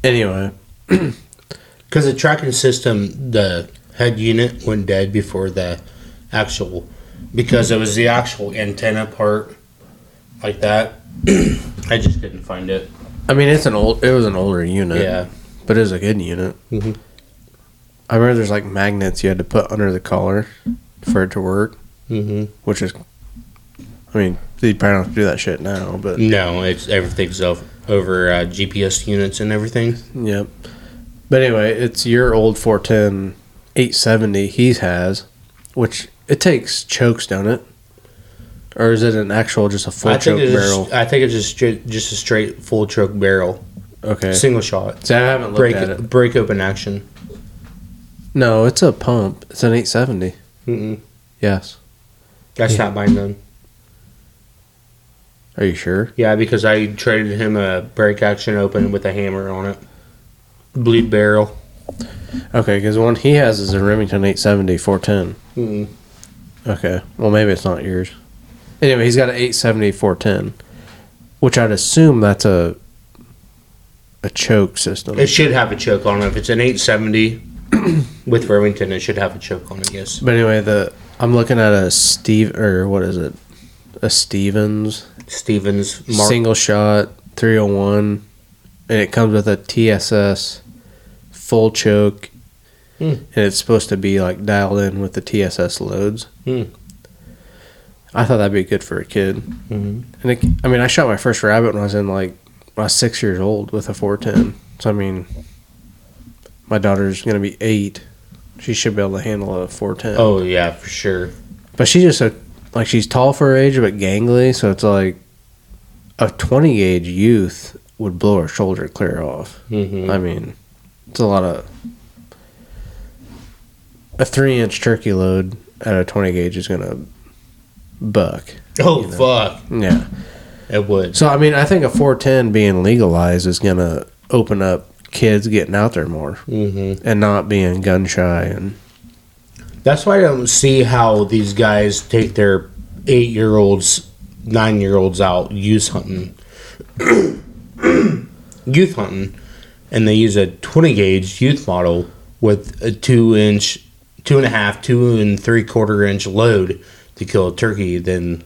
S1: anyway
S2: because the tracking system, the head unit went dead before the actual, because it was the actual antenna part, like that. I just couldn't find it.
S1: I mean, it's an old. It was an older unit.
S2: Yeah.
S1: but it was a good unit.
S2: Mhm.
S1: I remember there's like magnets you had to put under the collar for it to work,
S2: Mm-hmm.
S1: which is, I mean, they probably don't have to do that shit now, but
S2: No, it's everything's off, over uh, GPS units and everything.
S1: yep. But anyway, it's your old 410 870 he has, which it takes chokes, don't it? Or is it an actual just a full
S2: I
S1: choke
S2: think it's
S1: barrel?
S2: just, I think it's just straight, just a straight full choke barrel,
S1: okay.
S2: single shot,
S1: So I haven't looked
S2: break
S1: at it.
S2: break open action.
S1: No, it's a pump. It's an 870.
S2: Mm-mm.
S1: Yes.
S2: That's not mine then.
S1: Are you sure?
S2: Yeah, because I traded him a break action open with a hammer on it, bleed barrel.
S1: Okay, because one he has is a Remington 870 410.
S2: Mm-mm.
S1: Okay. Well, maybe it's not yours. Anyway, he's got an 870 410, which I'd assume that's a a choke system.
S2: It should have a choke on it. If it's an 870 with Remington, it should have a choke on it. Yes,
S1: But anyway, the I'm looking at a Steve or what is it? A Stevens
S2: Stevens Mark.
S1: single shot 301 and it comes with a TSS full choke.
S2: Hmm.
S1: And it's supposed to be like dialed in with the TSS loads.
S2: Hmm.
S1: I thought that'd be good for a kid.
S2: Mhm.
S1: And it, I mean, I shot my first rabbit when I was in like when I was six years old with a four ten. So I mean, my daughter's gonna be eight. She should be able to handle a four ten.
S2: Oh yeah, for sure.
S1: but she's just so like she's tall for her age, but gangly. So it's like a twenty gauge youth would blow her shoulder clear off.
S2: Mm-hmm.
S1: I mean, it's a lot of a three inch turkey load at a twenty gauge is gonna buck.
S2: oh
S1: you know.
S2: fuck,
S1: Yeah.
S2: it would.
S1: So I mean, I think a 410 being legalized is going to open up kids getting out there more
S2: Mm-hmm.
S1: and not being gun shy and
S2: That's why I don't see how these guys take their eight year olds, nine year olds out youth hunting, youth hunting, and they use a 20 gauge youth model with a two inch, two and a half, two and three quarter inch load to kill a turkey, then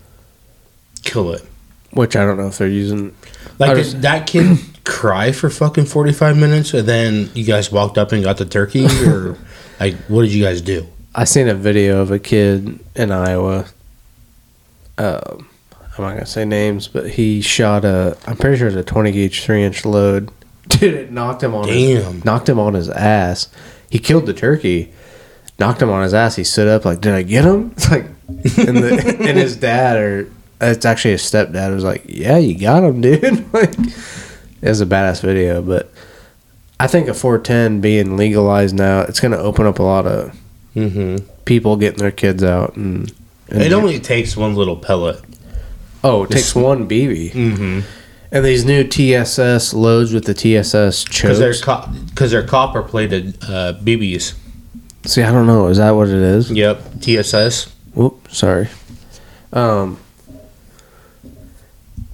S2: kill it.
S1: which I don't know if they're using. I
S2: Like,
S1: was-
S2: did that kid cry for fucking 45 minutes and then you guys walked up and got the turkey? Or, like, what did you guys do?
S1: I seen a video of a kid in Iowa. Um, I'm not gonna say names, but he shot a. I'm pretty sure it's a 20 gauge three inch load. Dude, it knocked him on. His,
S2: Damn.
S1: knocked him on his ass. He killed the turkey. Knocked him on his ass. He stood up like, "Did I get him?" It's like, and, the, and his dad, or it's actually his stepdad, was like, "Yeah, you got him, dude." like, it was a badass video, but I think a 410 being legalized now, it's going to open up a lot of
S2: Mm-hmm.
S1: people getting their kids out, and, and
S2: It only takes one little pellet.
S1: oh, it takes one BB,
S2: Mm-hmm.
S1: and these new TSS loads with the TSS
S2: Because they're,
S1: chokes.
S2: co- 'cause they're copper plated uh, BBs.
S1: See, I don't know, is that what it is?
S2: Yep. TSS.
S1: Whoop, sorry. Um,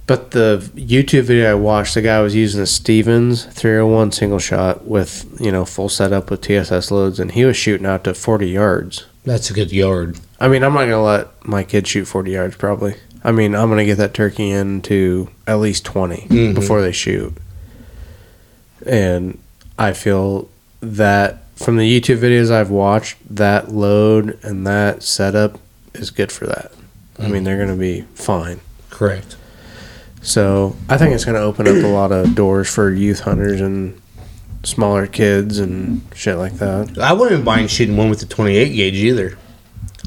S1: but the YouTube video I watched, the guy was using a Stevens 301 single shot with, you know, full setup with TSS loads, and he was shooting out to 40 yards.
S2: That's a good yard.
S1: I mean, I'm not going to let my kid shoot 40 yards, probably. I mean, I'm going to get that turkey into at least 20
S2: Mhm.
S1: before they shoot. And I feel that from the YouTube videos I've watched, that load and that setup is good for that. I mean, they're going to be fine.
S2: Correct.
S1: So I think it's going to open up a lot of doors for youth hunters and smaller kids and shit like that.
S2: I wouldn't mind shooting one with the 28 gauge either.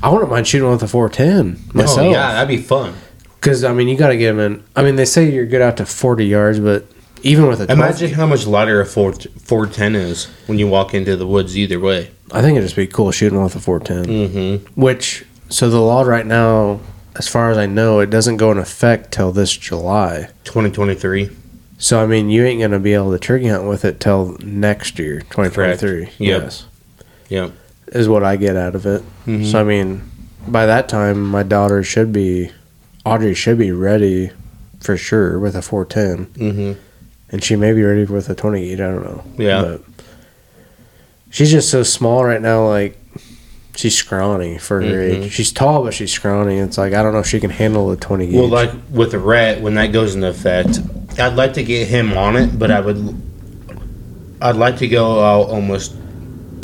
S1: I wouldn't mind shooting with a 410 myself.
S2: Oh, yeah. That'd be fun.
S1: Because I mean, you got to get them in. I mean, they say you're good out to forty yards, but even with a 12,
S2: Imagine how much lighter a 4, 410 is when you walk into the woods either way.
S1: I think it'd just be cool shooting with a four ten.
S2: Mm-hmm.
S1: Which so the law right now, as far as I know, it doesn't go in effect till this July.
S2: 2023.
S1: So I mean, you ain't gonna be able to turkey hunt with it till next year, twenty twenty three.
S2: Correct. Yep. Yep.
S1: is what I get out of it.
S2: Mhm.
S1: So I mean, by that time, my daughter should be, Audrey should be ready, for sure with a four ten.
S2: Mm-hmm.
S1: and she may be ready with a 28. I don't know.
S2: Yeah.
S1: But she's just so small right now. Like she's scrawny for her
S2: Mhm.
S1: age. She's tall, but she's scrawny. It's like I don't know if she can handle the 20 gauge.
S2: Well, like with the rat, when that goes into effect, I'd like to get him on it, but I would, I'd like to go out almost.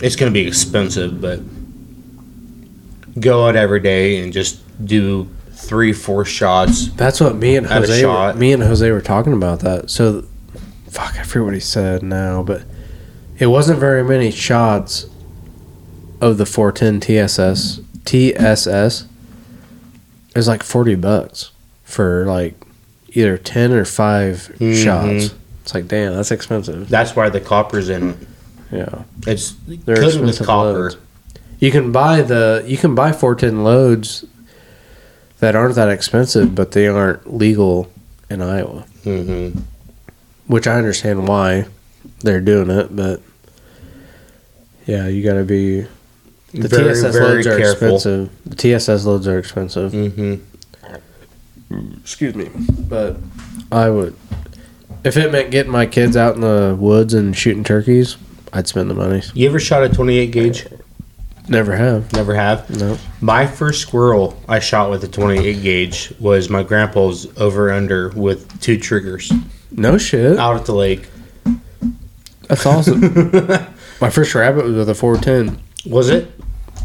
S2: It's going to be expensive, but go out every day and just do three, four shots.
S1: That's what me and
S2: At a
S1: Jose, were,
S2: shot.
S1: me and Jose were talking about that. So, fuck, I forget what he said now, but it wasn't very many shots of the 410 TSS. TSS is like 40 bucks for like either 10 or 5
S2: Mhm.
S1: shots. It's like, damn, that's expensive.
S2: That's why the copper's in it.
S1: Yeah.
S2: It's
S1: They're
S2: coated with
S1: expensive
S2: copper.
S1: loads. You can buy the you can buy 410 loads that aren't that expensive, but they aren't legal in Iowa.
S2: Mm-hmm.
S1: which I understand why they're doing it, but yeah, you got to be the TSS loads are expensive. The TSS loads are expensive.
S2: Mm-hmm.
S1: Excuse me, but I would if it meant getting my kids out in the woods and shooting turkeys, I'd spend the money.
S2: You ever shot a 28 gauge?
S1: Never have.
S2: Never have.
S1: No.
S2: My first squirrel I shot with a 28 gauge was my grandpa's over under with two triggers
S1: No shit.
S2: out at the lake.
S1: That's awesome. my first rabbit was with a 410.
S2: Was it?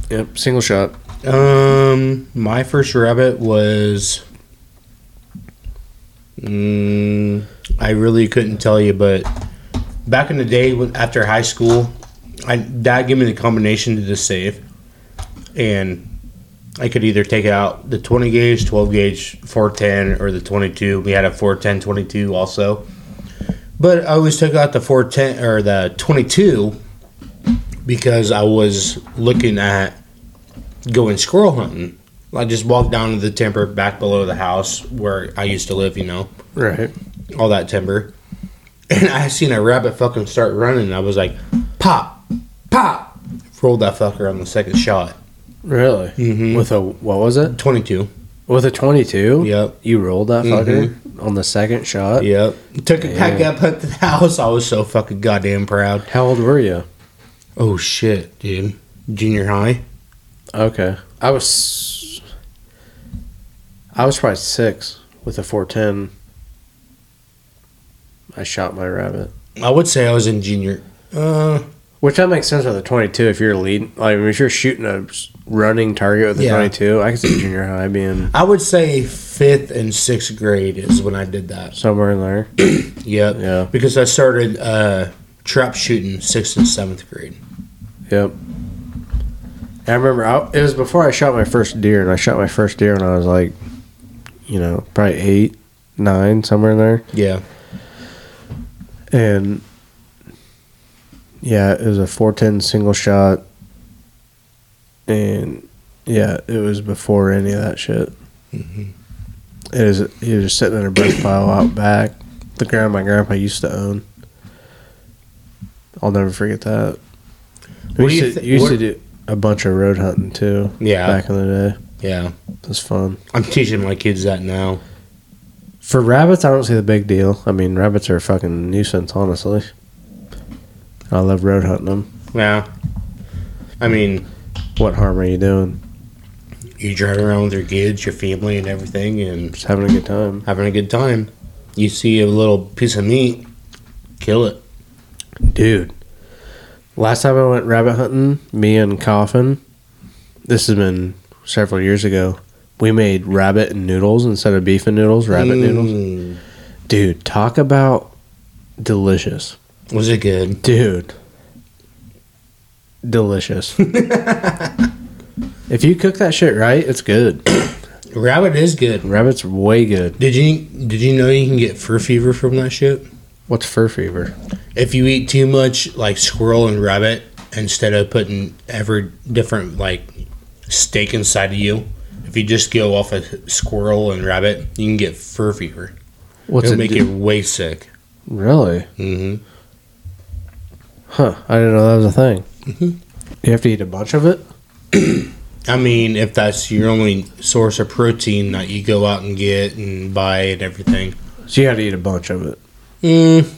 S1: Yep, single shot.
S2: Um, my first rabbit was. Mm, I really couldn't tell you, but back in the day, when, after high school, I dad gave me the combination to the save, and I could either take out the 20 gauge, 12 gauge, 410, or the 22. We had a 410 22 also, but I always took out the 410 or the 22 because I was looking at going squirrel hunting. I just walked down to the timber back below the house where I used to live, you know,
S1: Right.
S2: all that timber. And I seen a rabbit fucking start running. I was like, pop, pop. Rolled that fucker on the second shot.
S1: Really?
S2: Mhm.
S1: With a what was it?
S2: 22.
S1: With a 22?
S2: Yep.
S1: You rolled that fucker on the second shot.
S2: Yep. Took it back
S1: Damn.
S2: up at the house. I was so fucking goddamn proud.
S1: How old were you?
S2: Oh shit, dude. Junior high.
S1: Okay, I was, I was probably six with a four ten. I shot my rabbit,
S2: I would say I was in junior. Uh,
S1: which that makes sense with a twenty two. If you're leading, like if you're shooting a s- running target with a
S2: Yeah.
S1: twenty two, I can see junior high being
S2: I would say fifth and sixth grade is when I did that.
S1: somewhere in there.
S2: Yep.
S1: Yeah.
S2: Because I started uh, trap shooting sixth and seventh grade.
S1: Yep. I remember I, it was before I shot my first deer, and I shot my first deer when I was like, you know, probably eight, nine, somewhere in there.
S2: Yeah.
S1: And yeah, it was a 410 single shot. And yeah, it was before any of that shit. Mm-hmm. It is, he was just sitting in a brush pile out back, the ground my grandpa used to own. I'll never forget that.
S2: What do
S1: We
S2: you
S1: used, to,
S2: thi-
S1: used
S2: what-
S1: to do a bunch of road hunting too.
S2: Yeah.
S1: Back in the day.
S2: Yeah.
S1: It was fun.
S2: I'm teaching my kids that now.
S1: For rabbits, I don't see the big deal. I mean, rabbits are a fucking nuisance, honestly. I love road hunting them.
S2: Yeah. I mean,
S1: What harm are you doing?
S2: you drive around with your kids, your family, and everything, and
S1: Just having a good time.
S2: having a good time. You see a little piece of meat, kill it.
S1: Dude. Last time I went rabbit hunting, me and Coffin, this has been several years ago, we made rabbit and noodles instead of beef and noodles, rabbit noodles.
S2: Mm.
S1: Dude, talk about delicious.
S2: Was it good?
S1: Dude. Delicious. if you cook that shit right, it's good.
S2: Rabbit is good.
S1: Rabbit's way good.
S2: Did you did you know you can get fur fever from that shit?
S1: What's fur fever?
S2: If you eat too much like squirrel and rabbit instead of putting every different like steak inside of you, if you just go off of squirrel and rabbit, you can get fur fever.
S1: What's
S2: It'll
S1: it
S2: make
S1: do-
S2: you way sick.
S1: Really?
S2: Mm-hmm.
S1: Huh. I didn't know that was a thing. You have to eat a bunch of it?
S2: I mean, if that's your only source of protein that you go out and get and buy and everything.
S1: So you had to eat a bunch of it.
S2: Mm,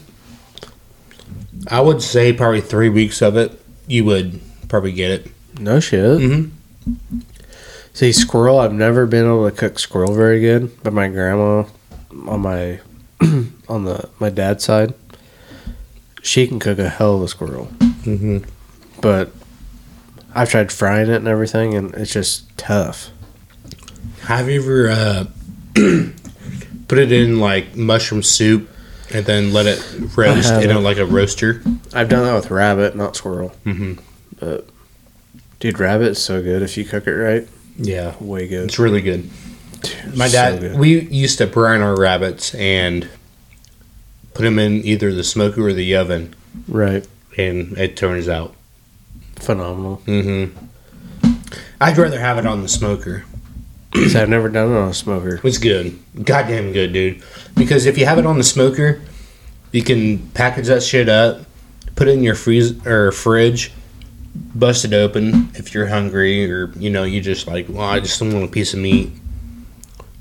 S2: I would say probably three weeks of it, you would probably get it.
S1: No shit.
S2: Mhm.
S1: See, squirrel, I've never been able to cook squirrel very good, but my grandma on my on the my dad's side, she can cook a hell of a squirrel.
S2: Mm-hmm.
S1: But I've tried frying it and everything and it's just tough.
S2: Have you ever uh, put it in like mushroom soup and then let it roast in a,
S1: haven't.
S2: like a roaster?
S1: I've done that with rabbit, not squirrel.
S2: Mhm.
S1: But dude, rabbit's so good if you cook it right.
S2: Yeah,
S1: Way good.
S2: it's really good. My
S1: So
S2: dad,
S1: good.
S2: we used to brine our rabbits and put them in either the smoker or the oven,
S1: Right.
S2: and it turns out.
S1: Phenomenal.
S2: Mm-hmm. I'd rather have it on the smoker.
S1: so I've never done it on a smoker.
S2: It's good. Goddamn good, dude. Because if you have it on the smoker, you can package that shit up, put it in your freeze or fridge, bust it open if you're hungry or you know, you just like, well, I just want a piece of meat.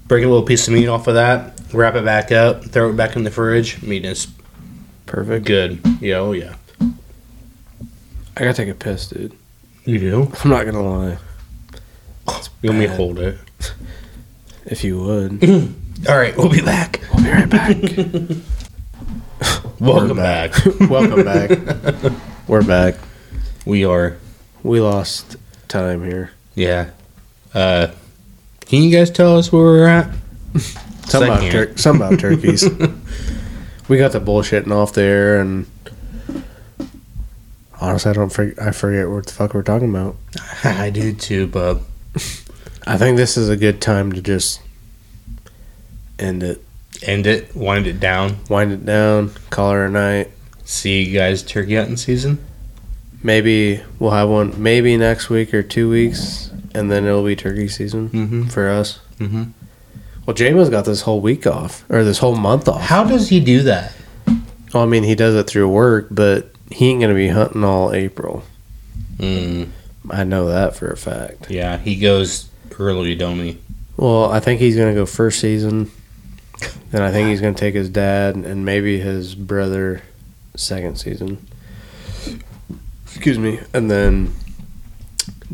S2: Break a little piece of meat off of that, wrap it back up, throw it back in the fridge. I mean, it's
S1: Perfect.
S2: good. Yeah, oh yeah.
S1: I gotta take a piss, dude.
S2: You do?
S1: I'm not gonna lie.
S2: You want me to
S1: bad.
S2: hold it?
S1: If you would.
S2: All right, we'll be back.
S1: we'll be right back.
S2: Welcome back.
S1: Welcome back. We're back.
S2: we are
S1: We lost time here.
S2: Yeah. Uh, can you guys tell us where we're at?
S1: Something about,
S2: Second.
S1: tur- something about turkeys. we got the bullshitting off there and honestly I don't forg I forget what the fuck we're talking about.
S2: I do too, Bub.
S1: I think this is a good time to just end it.
S2: End it, wind it down.
S1: Wind it down, call her a night.
S2: See you guys turkey hunting season.
S1: Maybe we'll have one maybe next week or two weeks, and then it'll be turkey season
S2: Mhm.
S1: for us.
S2: Mhm.
S1: Well, Jamo's got this whole week off or this whole month off.
S2: How does he do that?
S1: Well, I mean, he does it through work, but he ain't gonna be hunting all April.
S2: Mm,
S1: I know that for a fact.
S2: yeah, he goes early, don't he?
S1: Well, I think he's gonna go first season. Then I think he's gonna take his dad and maybe his brother second season. Excuse me, and then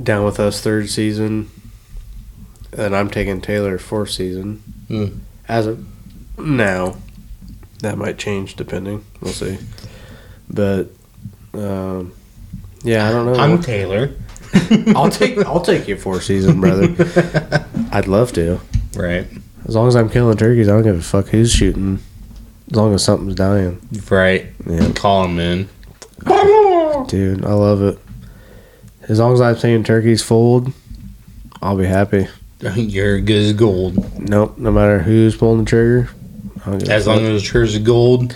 S1: down with us third season. And I'm taking Taylor fourth season.
S2: Hmm.
S1: As of now, that might change depending. We'll see. But um, yeah, I don't know.
S2: I'm Taylor.
S1: I'll take I'll take you fourth season, brother. I'd love to.
S2: Right,
S1: As long as I'm killing turkeys, I don't give a fuck who's shooting. As long as something's dying.
S2: right.
S1: Yeah,
S2: Call him in.
S1: dude, I love it. As long as I'm seeing turkeys fold, I'll be happy.
S2: You're good as gold.
S1: Nope, no matter who's pulling the trigger. I don't give a
S2: As long
S1: fuck.
S2: as the church is gold,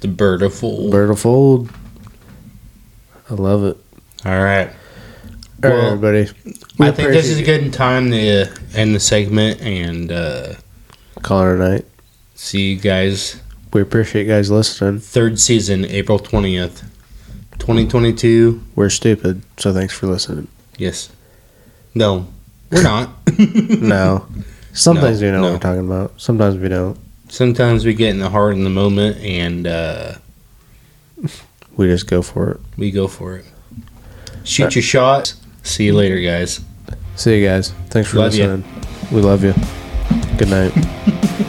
S2: the bird will fold.
S1: bird will fold. I love it.
S2: All right.
S1: All right,
S2: Well,
S1: everybody. We
S2: I think this
S1: appreciate
S2: is a
S1: you.
S2: good time to uh, end the segment and uh,
S1: Call it a night.
S2: see you guys
S1: We appreciate you guys listening.
S2: third season, April 20th, 2022.
S1: We're stupid, so thanks for listening.
S2: Yes. No, we're not.
S1: No. Sometimes we know
S2: no.
S1: what we're talking about. Sometimes we don't.
S2: Sometimes we get in the heart in the moment and uh,
S1: We just go for it.
S2: we go for it. Shoot your shot. See you later, guys.
S1: See you guys. Thanks for
S2: Love ya.
S1: listening. We love you. Good night.